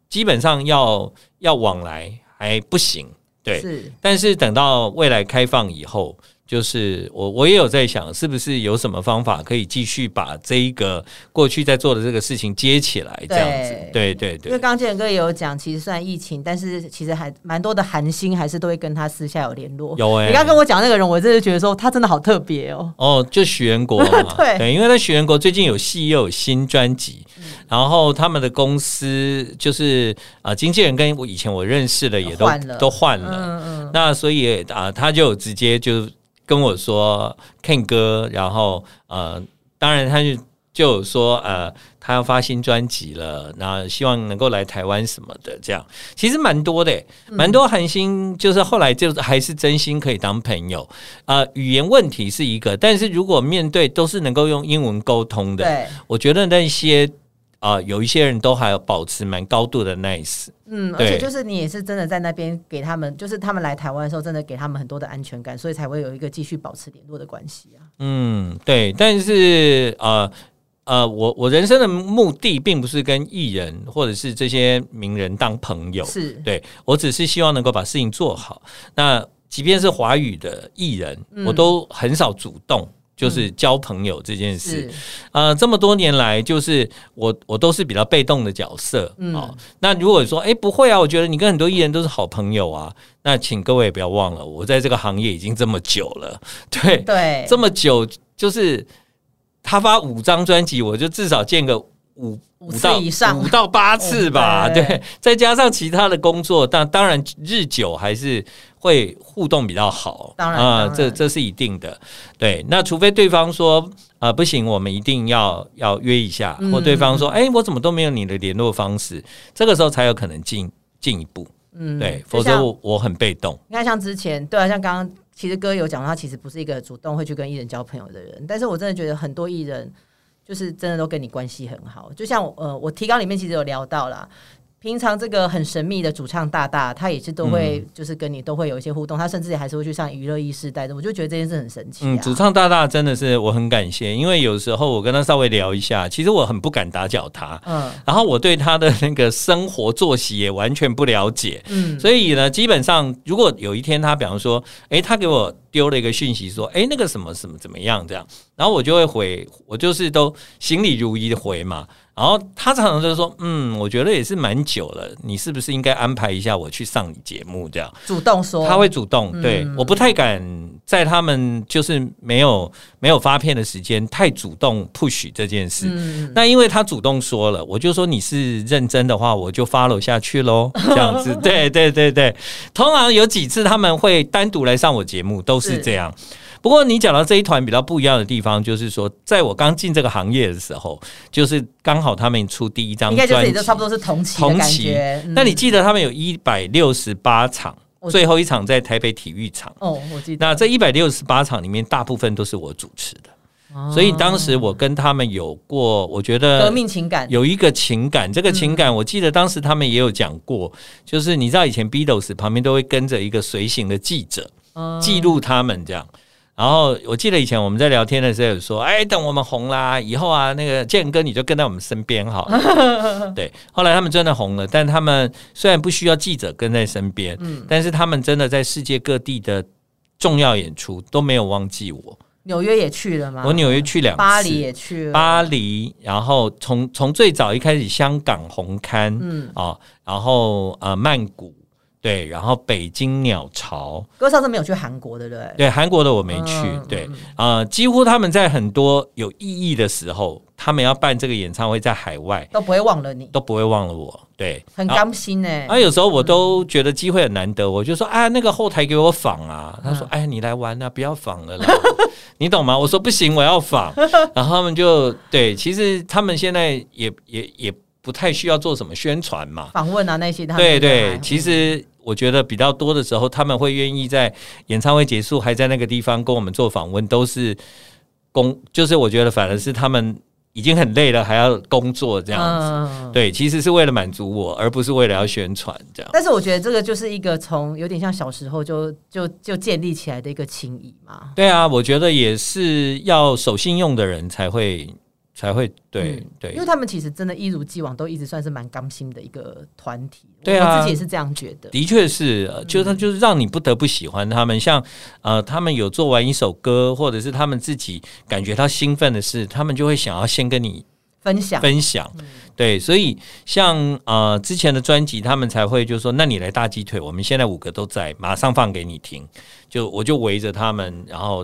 S2: 基本上要要往来还不行。对，
S1: 是
S2: 但是等到未来开放以后，就是我我也有在想，是不是有什么方法可以继续把这一个过去在做的这个事情接起来，这样子。对对
S1: 因为
S2: 对，
S1: 刚刚建哥也有讲，其实虽然疫情，但是其实还蛮多的韩星还是都会跟他私下有联络。
S2: 有哎、
S1: 你刚刚跟我讲那个人，我真的觉得说他真的好特别哦，，
S2: 哦，就许愿国嘛
S1: (laughs) 对嗯
S2: 因为那许愿国最近有戏又有新专辑，然后他们的公司就是啊、呃经纪人跟我以前我认识的也都
S1: 换了
S2: 都换了，
S1: 嗯嗯。
S2: 那所以啊、呃他就有直接就跟我说 Ken 哥，然后呃，当然他就就有说呃，他要发新专辑了，那希望能够来台湾什么的，这样其实蛮多的欸，蛮多韩星就是后来就还是真心可以当朋友啊、呃语言问题是一个，但是如果面对都是能够用英文沟通的，
S1: 对，
S2: 我觉得那些啊、呃有一些人都还有保持蛮高度的 nice。
S1: 嗯，而
S2: 对
S1: 且就是你也是真的在那边给他们，就是他们来台湾的时候，真的给他们很多的安全感，所以才会有一个继续保持联络的关系啊。
S2: 嗯，对，但是呃呃，我我人生的目的并不是跟艺人或者是这些名人当朋友，
S1: 是，
S2: 对我只是希望能够把事情做好。那即便是华语的艺人，
S1: 嗯
S2: 我都很少主动。就是交朋友这件事，
S1: 是，
S2: 呃，这么多年来，就是我我都是比较被动的角色、
S1: 嗯
S2: 哦。那如果说，哎、不会啊，我觉得你跟很多艺人都是好朋友啊。那请各位也不要忘了，我在这个行业已经这么久了，对，
S1: 对，
S2: 这么久，就是他发五张专辑，我就至少见个五
S1: 五次
S2: 到
S1: 以上
S2: 五到八次吧。
S1: (laughs) 嗯对
S2: 对，再加上其他的工作，但当然日久还是会互动比较好。
S1: 当然
S2: 啊、
S1: 当然
S2: 这这是一定的。对，那除非对方说啊、呃不行，我们一定要要约一下，
S1: 嗯
S2: 或对方说哎、我怎么都没有你的联络方式，这个时候才有可能进进一步。
S1: 嗯
S2: 对，
S1: 就
S2: 否
S1: 像
S2: 则我我很被动。
S1: 你看，像之前对啊，像刚刚其实哥有讲到，他其实不是一个主动会去跟艺人交朋友的人，但是我真的觉得很多艺人就是真的都跟你关系很好，就像我呃，我提纲里面其实有聊到啦。平常这个很神秘的主唱大大，他也是都会
S2: 嗯
S1: 就是跟你都会有一些互动，他甚至还是会去上娱乐一世代的，我就觉得这件事很神奇、啊。
S2: 嗯，主唱大大真的是我很感谢，因为有时候我跟他稍微聊一下，其实我很不敢打搅他，
S1: 嗯
S2: 然后我对他的那个生活作息也完全不了解，
S1: 嗯，
S2: 所以呢，基本上如果有一天他比方说，诶，他给我丢了一个讯息说，诶，那个什么什么怎么样这样，然后我就会回，我就是都行礼如仪的回嘛。然后他常常就说，嗯，我觉得也是蛮久了，你是不是应该安排一下我去上你节目这样？
S1: 主动说
S2: 他会主
S1: 嗯
S2: 动，对，我不太敢在他们就是没有没有发片的时间太主动 push 这件事。
S1: 嗯
S2: 那因为他主动说了，我就说你是认真的话，我就 follow 下
S1: (laughs)
S2: 去喽，这样子。对对对对，通常有几次他们会单独来上我节目，都是
S1: 是
S2: 这样。不过你讲到这一团比较不一样的地方，就是说，在我刚进这个行业的时候，就是刚好他们出第一张
S1: 应
S2: 专
S1: 该
S2: 辑，
S1: 就是也就差不多是同期的
S2: 同
S1: 感
S2: 期
S1: 觉。嗯
S2: 那你记得他们有一百六十八场，
S1: 我
S2: 最后一场在台北体育场。
S1: 哦，我记得
S2: 那这一百六十八场里面，大部分都是我主持的，所以当时我跟他们有过，我觉
S1: 哦革
S2: 得
S1: 命嗯情感
S2: 有一个情感，这个情感我记得当时他们也有讲过，就是你知道以前 Beatles 旁边都会跟着一个随行的记者
S1: 嗯
S2: 记录他们这样。然后我记得以前我们在聊天的时候有说，哎，等我们红啦，以后啊，那个建哥你就跟在我们身边好
S1: (laughs)
S2: 了。对，后来他们真的红了，但他们虽然不需要记者跟在身边，
S1: 嗯
S2: 但是他们真的在世界各地的重要演出都没有忘记我。
S1: 纽约也去了吗？
S2: 我纽约去两次，
S1: 啊巴黎也去了，
S2: 巴黎，然后从从最早一开始香港红磡，
S1: 嗯
S2: 嗯哦，然后呃曼谷，对，然后北京鸟巢，
S1: 哥上次没有去韩国，对不对？
S2: 对，韩国的我没去，
S1: 嗯
S2: 对，呃，几乎他们在很多有意义的时候，他们要办这个演唱会在海外
S1: 都不会忘了你，
S2: 都不会忘了我，对，
S1: 很
S2: 然后
S1: 甘心欸呢、
S2: 啊，有时候我
S1: 嗯
S2: 都觉得机会很难得，我就说啊，那个后台给我仿啊。他说，
S1: 嗯
S2: 哎，你来玩啊，不要仿了啦， (laughs) 你懂吗？我说不行，我
S1: (laughs)
S2: 要仿。然后他们就对，其实他们现在也也也不太需要做什么宣传嘛。
S1: 访问啊那些他们
S2: 对
S1: 都还
S2: 对，其实我觉得比较多的时候，他们会愿意在演唱会结束还在那个地方跟我们做访问，都是工，就是我觉得反而是他们已经很累了，还要工作这样子。
S1: 嗯
S2: 对，其实是为了满足我，而不是为了要宣传这样。
S1: 但是我觉得这个就是一个从有点像小时候就就就建立起来的一个情谊嘛。
S2: 对啊，我觉得也是要守信用的人才会才会对、
S1: 嗯因为
S2: 对
S1: 他们其实真的，一如既往，都一直算是蛮甘心的一个团体。
S2: 对啊
S1: 我自己也是这样觉得。
S2: 的确是，呃就是就是让你不得不喜欢他们。像呃，他们有做完一首歌，或者是他们自己感觉到兴奋的事，他们就会想要先跟你
S1: 分享，
S2: 分享。对，所以像呃之前的专辑，他们才会就说：“那你来大鸡腿，我们现在五个都在，马上放给你听。”就我就围着他们，然后。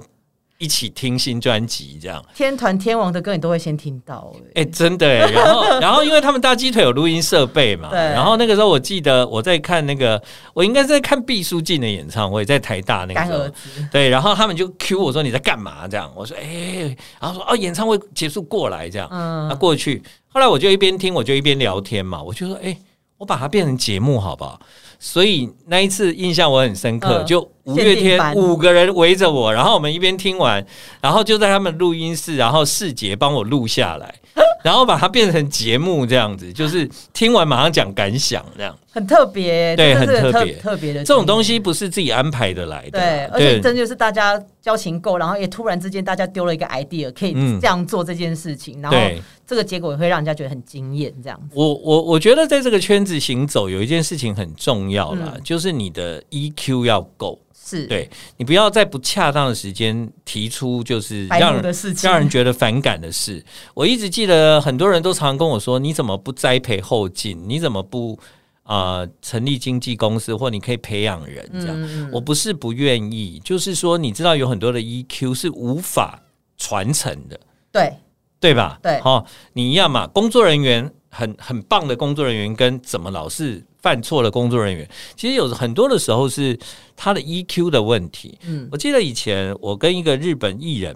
S2: 一起听新专辑这样。
S1: 天团天王的歌你都会先听到、欸
S2: 哎、真的
S1: (laughs)
S2: 哎、然后，然后，因为他们大鸡腿有录音设备嘛，
S1: 对
S2: 然后那个时候我记得我在看那个，我应该是在看毕书尽的演唱会，在台大那
S1: 哎
S2: 个
S1: 干
S2: 时候
S1: 儿，子，
S2: 对，然后他们就 Q 我说你在干嘛？这样，我说哎、然后说哦，演唱会结束过来这样，
S1: 嗯
S2: 那、，过去，后来我就一边听，我就一边聊天嘛，我就说哎、我把它变成节目好不好？所以那一次印象我很深刻，
S1: 嗯
S2: 就五
S1: 限
S2: 月
S1: 定
S2: 天
S1: 版
S2: 五个人围着我，然后我们一边听完，然后就在他们录音室，然后世杰帮我录下来，然后把它变成节目这样子，就是听完马上讲感想这样。
S1: 很特别，
S2: 对
S1: 这真的
S2: 很
S1: 是
S2: 特
S1: 特
S2: 别
S1: 特别的
S2: 这种
S1: 经历
S2: 东西啊不是自己安排的来的
S1: 对，
S2: 啦，
S1: 而且真的就是大家交情够，然后也突然之间大家丢了一个 idea，可以
S2: 嗯
S1: 这样做这件事情，然后
S2: 对。
S1: 这个结果也会让人家觉得很惊艳，这样。
S2: 我我我觉得在这个圈子行走，有一件事情很重要啦，
S1: 嗯
S2: 就是你的 EQ 要够，
S1: 是
S2: 对你不要在不恰当的时间提出就是
S1: 白
S2: 让
S1: 目
S2: 人
S1: 的事情，
S2: 让人觉得反感的事。我一直记得很多人都常跟我说：“你怎么不栽培后进？你怎么不啊、呃成立经纪公司，或你可以培养人这样？”
S1: 嗯
S2: 我不是不愿意，就是说你知道有很多的 EQ 是无法传承的。
S1: 对
S2: 对吧？
S1: 对
S2: 哦，你一样嘛。工作人员很很棒的工作人员，跟怎么老是犯错的工作人员，其实有很多的时候是他的 EQ 的问题。
S1: 嗯
S2: 我记得以前我跟一个日本艺人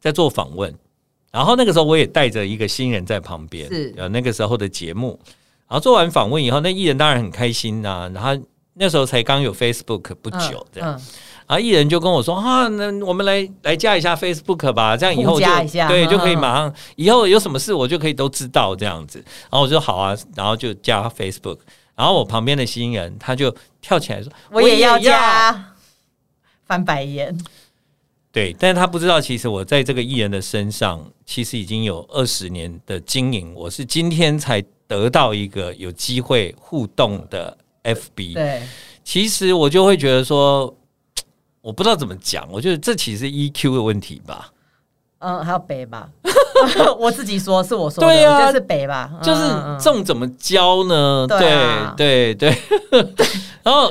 S2: 在做访问，然后那个时候我也带着一个新人在旁边，
S1: 是
S2: 呃那个时候的节目。然后做完访问以后，那艺人当然很开心呐、然后那时候才刚有 Facebook 不久，这样。
S1: 嗯，
S2: 然后艺人就跟我说啊，那我们来来加一下 Facebook 吧，这样以后
S1: 互
S2: 就
S1: 加一下
S2: 对，
S1: 嗯
S2: 就可以马上以后有什么事我就可以都知道这样子。然后我就好啊，然后就加 Facebook。然后我旁边的新人他就跳起来说，
S1: 我也要。加，翻白眼，
S2: 对，但是他不知道，其实我在这个艺人的身上，其实已经有二十年的经营，我是今天才得到一个有机会互动的 FB。
S1: 对，
S2: 其实我就会觉得说，我不知道怎么讲，我觉得这其实是 EQ 的问题吧。
S1: 嗯，还有北
S2: (laughs)
S1: 吧，我自己说是我说的，
S2: 对啊
S1: 我觉得是北吧，嗯
S2: 就是
S1: 嗯嗯
S2: 这种怎么教呢？
S1: 对啊
S2: 对对对， (laughs) 然后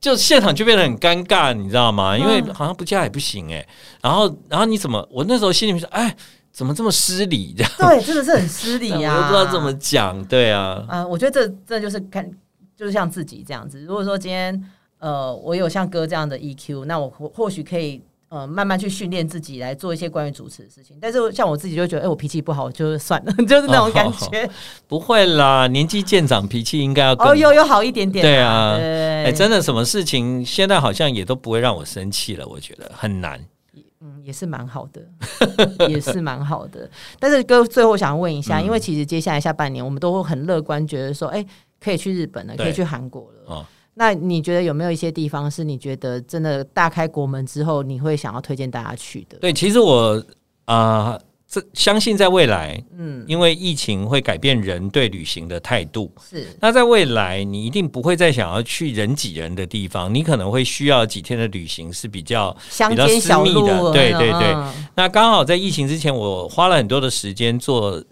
S2: 就现场就变得很尴尬，你知道
S1: 嗯
S2: 吗？因为好像不加也不行哎、然后然后你怎么？我那时候心里面说，哎，怎么这么失礼这样？
S1: 对，真的是很失礼啊呀、
S2: 我都不知道怎么讲，对啊，
S1: 啊、我觉得这真的就是看，就是像自己这样子。如果说今天呃，我有像哥这样的 EQ，那我或或许可以呃慢慢去训练自己来做一些关于主持的事情。但是像我自己就会觉得，哎、我脾气不好，就算了， (laughs) 就是那种
S2: 哦
S1: 感觉。
S2: 不会啦，年纪渐长，脾气应该要更
S1: 哦，有有好一点点、
S2: 对啊
S1: 对
S2: 哎、真的，什么事情现在好像也都不会让我生气了，我觉得很难。
S1: 嗯，也是蛮好的， (laughs) 也是蛮好的。但是哥，最后想问一
S2: 嗯
S1: 下，因为其实接下来下半年我们都会很乐观，觉得说，哎、可以去日本了，
S2: 对
S1: 可以去韩国了。
S2: 哦
S1: 那你觉得有没有一些地方是你觉得真的大开国门之后，你会想要推荐大家去的？
S2: 对，其实我啊、这相信在未来，
S1: 嗯，
S2: 因为疫情会改变人对旅行的态度。
S1: 是
S2: 那在未来，你一定不会再想要去人挤人的地方，你可能会需要几天的旅行是比较。
S1: 乡间小
S2: 比较
S1: 路
S2: 私密的，对对对
S1: 嗯
S2: 那刚好在疫情之前，我花了很多的时间做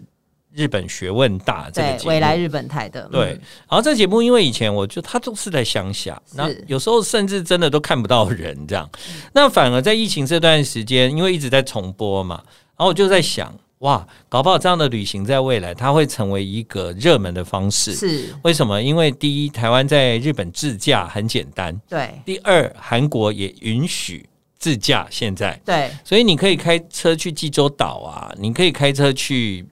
S2: 日本学问大这个
S1: 对，
S2: 节
S1: 未来
S2: 目。
S1: 日本台的，嗯
S2: 对，然后这节目因为以前我就它都是在乡下，那有时候甚至真的都看不到人这样。那反而在疫情这段时间，因为一直在重播嘛，然后我就在想，哇，搞不好这样的旅行在未来它会成为一个热门的方式
S1: 嗯、。是，
S2: 为什么？因为第一，台湾在日本自驾很简单；
S1: 对
S2: 第二，韩国也允许自驾，现在，
S1: 对
S2: 所以你可以开车去济州岛啊，你可以开车去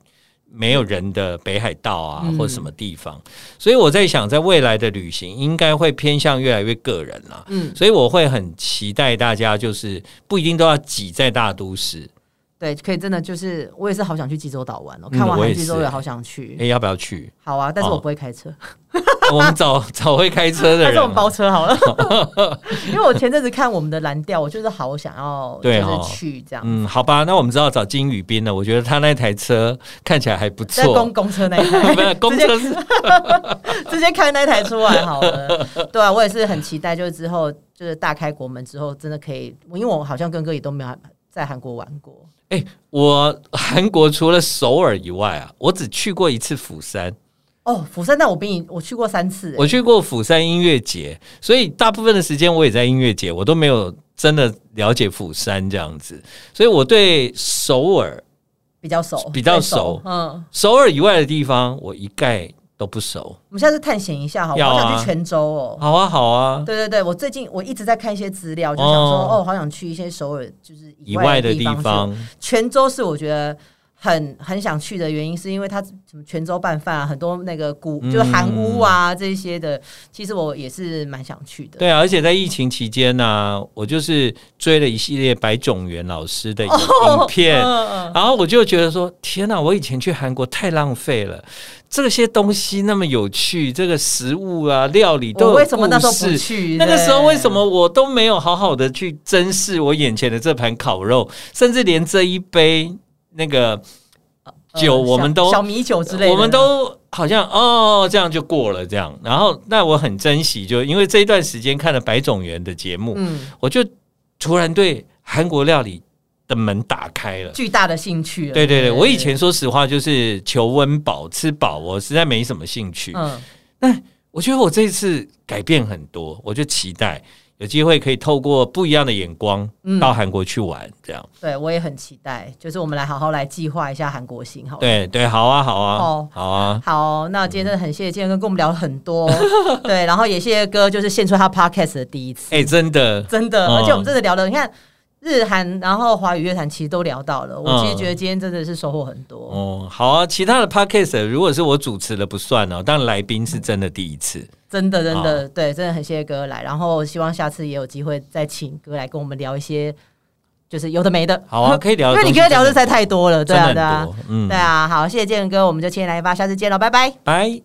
S2: 没有人的北海道啊，
S1: 嗯
S2: 或什么地方。所以我在想，在未来的旅行应该会偏向越来越个人啦、
S1: 嗯
S2: 所以我会很期待大家，就是不一定都要挤在大都市。
S1: 对，可以真的就是，我也是好想去济州岛玩哦，
S2: 嗯
S1: 看完
S2: 我也
S1: 韩
S2: 是
S1: 济州也好想去。
S2: 诶，要不要去？ (laughs)
S1: 好啊，但是
S2: 哦
S1: 我不会开车，
S2: 我们找找会开车的
S1: 还
S2: 人
S1: 是
S2: 啊、
S1: 我们包车
S2: (laughs)
S1: 好了。因为我前阵子看我们的蓝调，我就是好想要就
S2: 对哦
S1: 是去这样，
S2: 嗯，好吧，那我们知道找金宇彬了。我觉得他那台车看起来还不
S1: 在公
S2: 错，
S1: 公车那一台，
S2: (laughs)
S1: (laughs)
S2: 不是公车是
S1: 直接开那台出来好了。对啊，我也是很期待，就是之后就是大开国门之后，真的可以，因为我好像跟哥也都没有在韩国玩过。
S2: 我韩国除了首尔以外啊，我只去过一次釜山。
S1: 哦，釜山那我比你我去过三次、欸
S2: 我去过釜山音乐节，所以大部分的时间我也在音乐节，我都没有真的了解釜山这样子，所以我对首尔、
S1: 比较熟，
S2: 比较
S1: 太
S2: 熟
S1: 嗯，
S2: 首尔以外的地方，我一概都不熟。
S1: 我们下次探险一下好了，
S2: 要
S1: 我
S2: 啊
S1: 好想去泉州哦。
S2: 好啊，好啊，
S1: 对对对，我最近我一直在看一些资料，就想说
S2: 哦
S1: 哦好想去一些首尔就是
S2: 以外
S1: 的
S2: 的地
S1: 方去。
S2: 方，
S1: 泉州是我觉得很很想去的原因，是因为它什么泉州拌饭啊，很多那个古
S2: 嗯
S1: 就是韩屋啊这些的，其实我也是蛮想去的。
S2: 对啊，而且在疫情期间呢、我就是追了一系列白种元老师的影
S1: (laughs)
S2: 片，
S1: 嗯
S2: 然后我就觉得说，天哪、我以前去韩国太浪费了，这些东西那么有趣，这个食物啊、料理都
S1: 我
S2: 有
S1: 为什么那时候
S2: 故
S1: 不
S2: 事。
S1: 去？
S2: 那个时候
S1: 对
S2: 为什么我都没有好好的去珍视我眼前的这盘烤肉，甚至连这一杯那个
S1: 呃
S2: 酒我
S1: 小
S2: 们都
S1: 小米酒之类的，
S2: 我们都好像哦，这样就过了这样。然后那我很珍惜，就因为这一段时间看了白种元的节目，
S1: 嗯
S2: 我就突然对韩国料理的门打开了。
S1: 巨大的兴趣了。
S2: 对对对，我以前说实话就是求温饱吃饱，我实在没什么兴趣。
S1: 嗯
S2: 我觉得我这一次改变很多，我就期待有机会可以透过不一样的眼光
S1: 嗯
S2: 到韩国去玩，这样。
S1: 对我也很期待，就是我们来好好来计划一下韩国行好了。
S2: 对对，好啊，好啊
S1: 哦，
S2: 好啊，
S1: 好，那今天真的很谢谢建哥跟我们聊了很
S2: (laughs)
S1: 多，对，然后也谢谢哥，就是献出他 podcast 的第一次，
S2: 哎，真的，
S1: (laughs) 真的，
S2: 嗯
S1: 而且我们真的聊了，你看日韩，然后华语乐坛其实都聊到了，我
S2: 嗯
S1: 其实觉得今天真的是收获很多。
S2: 哦，好啊，其他的 podcast 如果是我主持的不算哦，但来宾是真的第一次。
S1: 真的，真
S2: 啊
S1: 的，对，真的很谢谢哥来，然后希望下次也有机会再请哥来跟我们聊一些，就是有的没的， (laughs)
S2: 好啊，可以聊
S1: 因
S2: 的
S1: 为
S2: 东
S1: 你
S2: 西真的，
S1: 跟他聊的实在太多了，对
S2: 真的
S1: 啊，对啊
S2: 很多，，嗯
S1: 对，啊，好，谢谢建哥，我们就千言来发，下次见了，拜拜。
S2: 拜。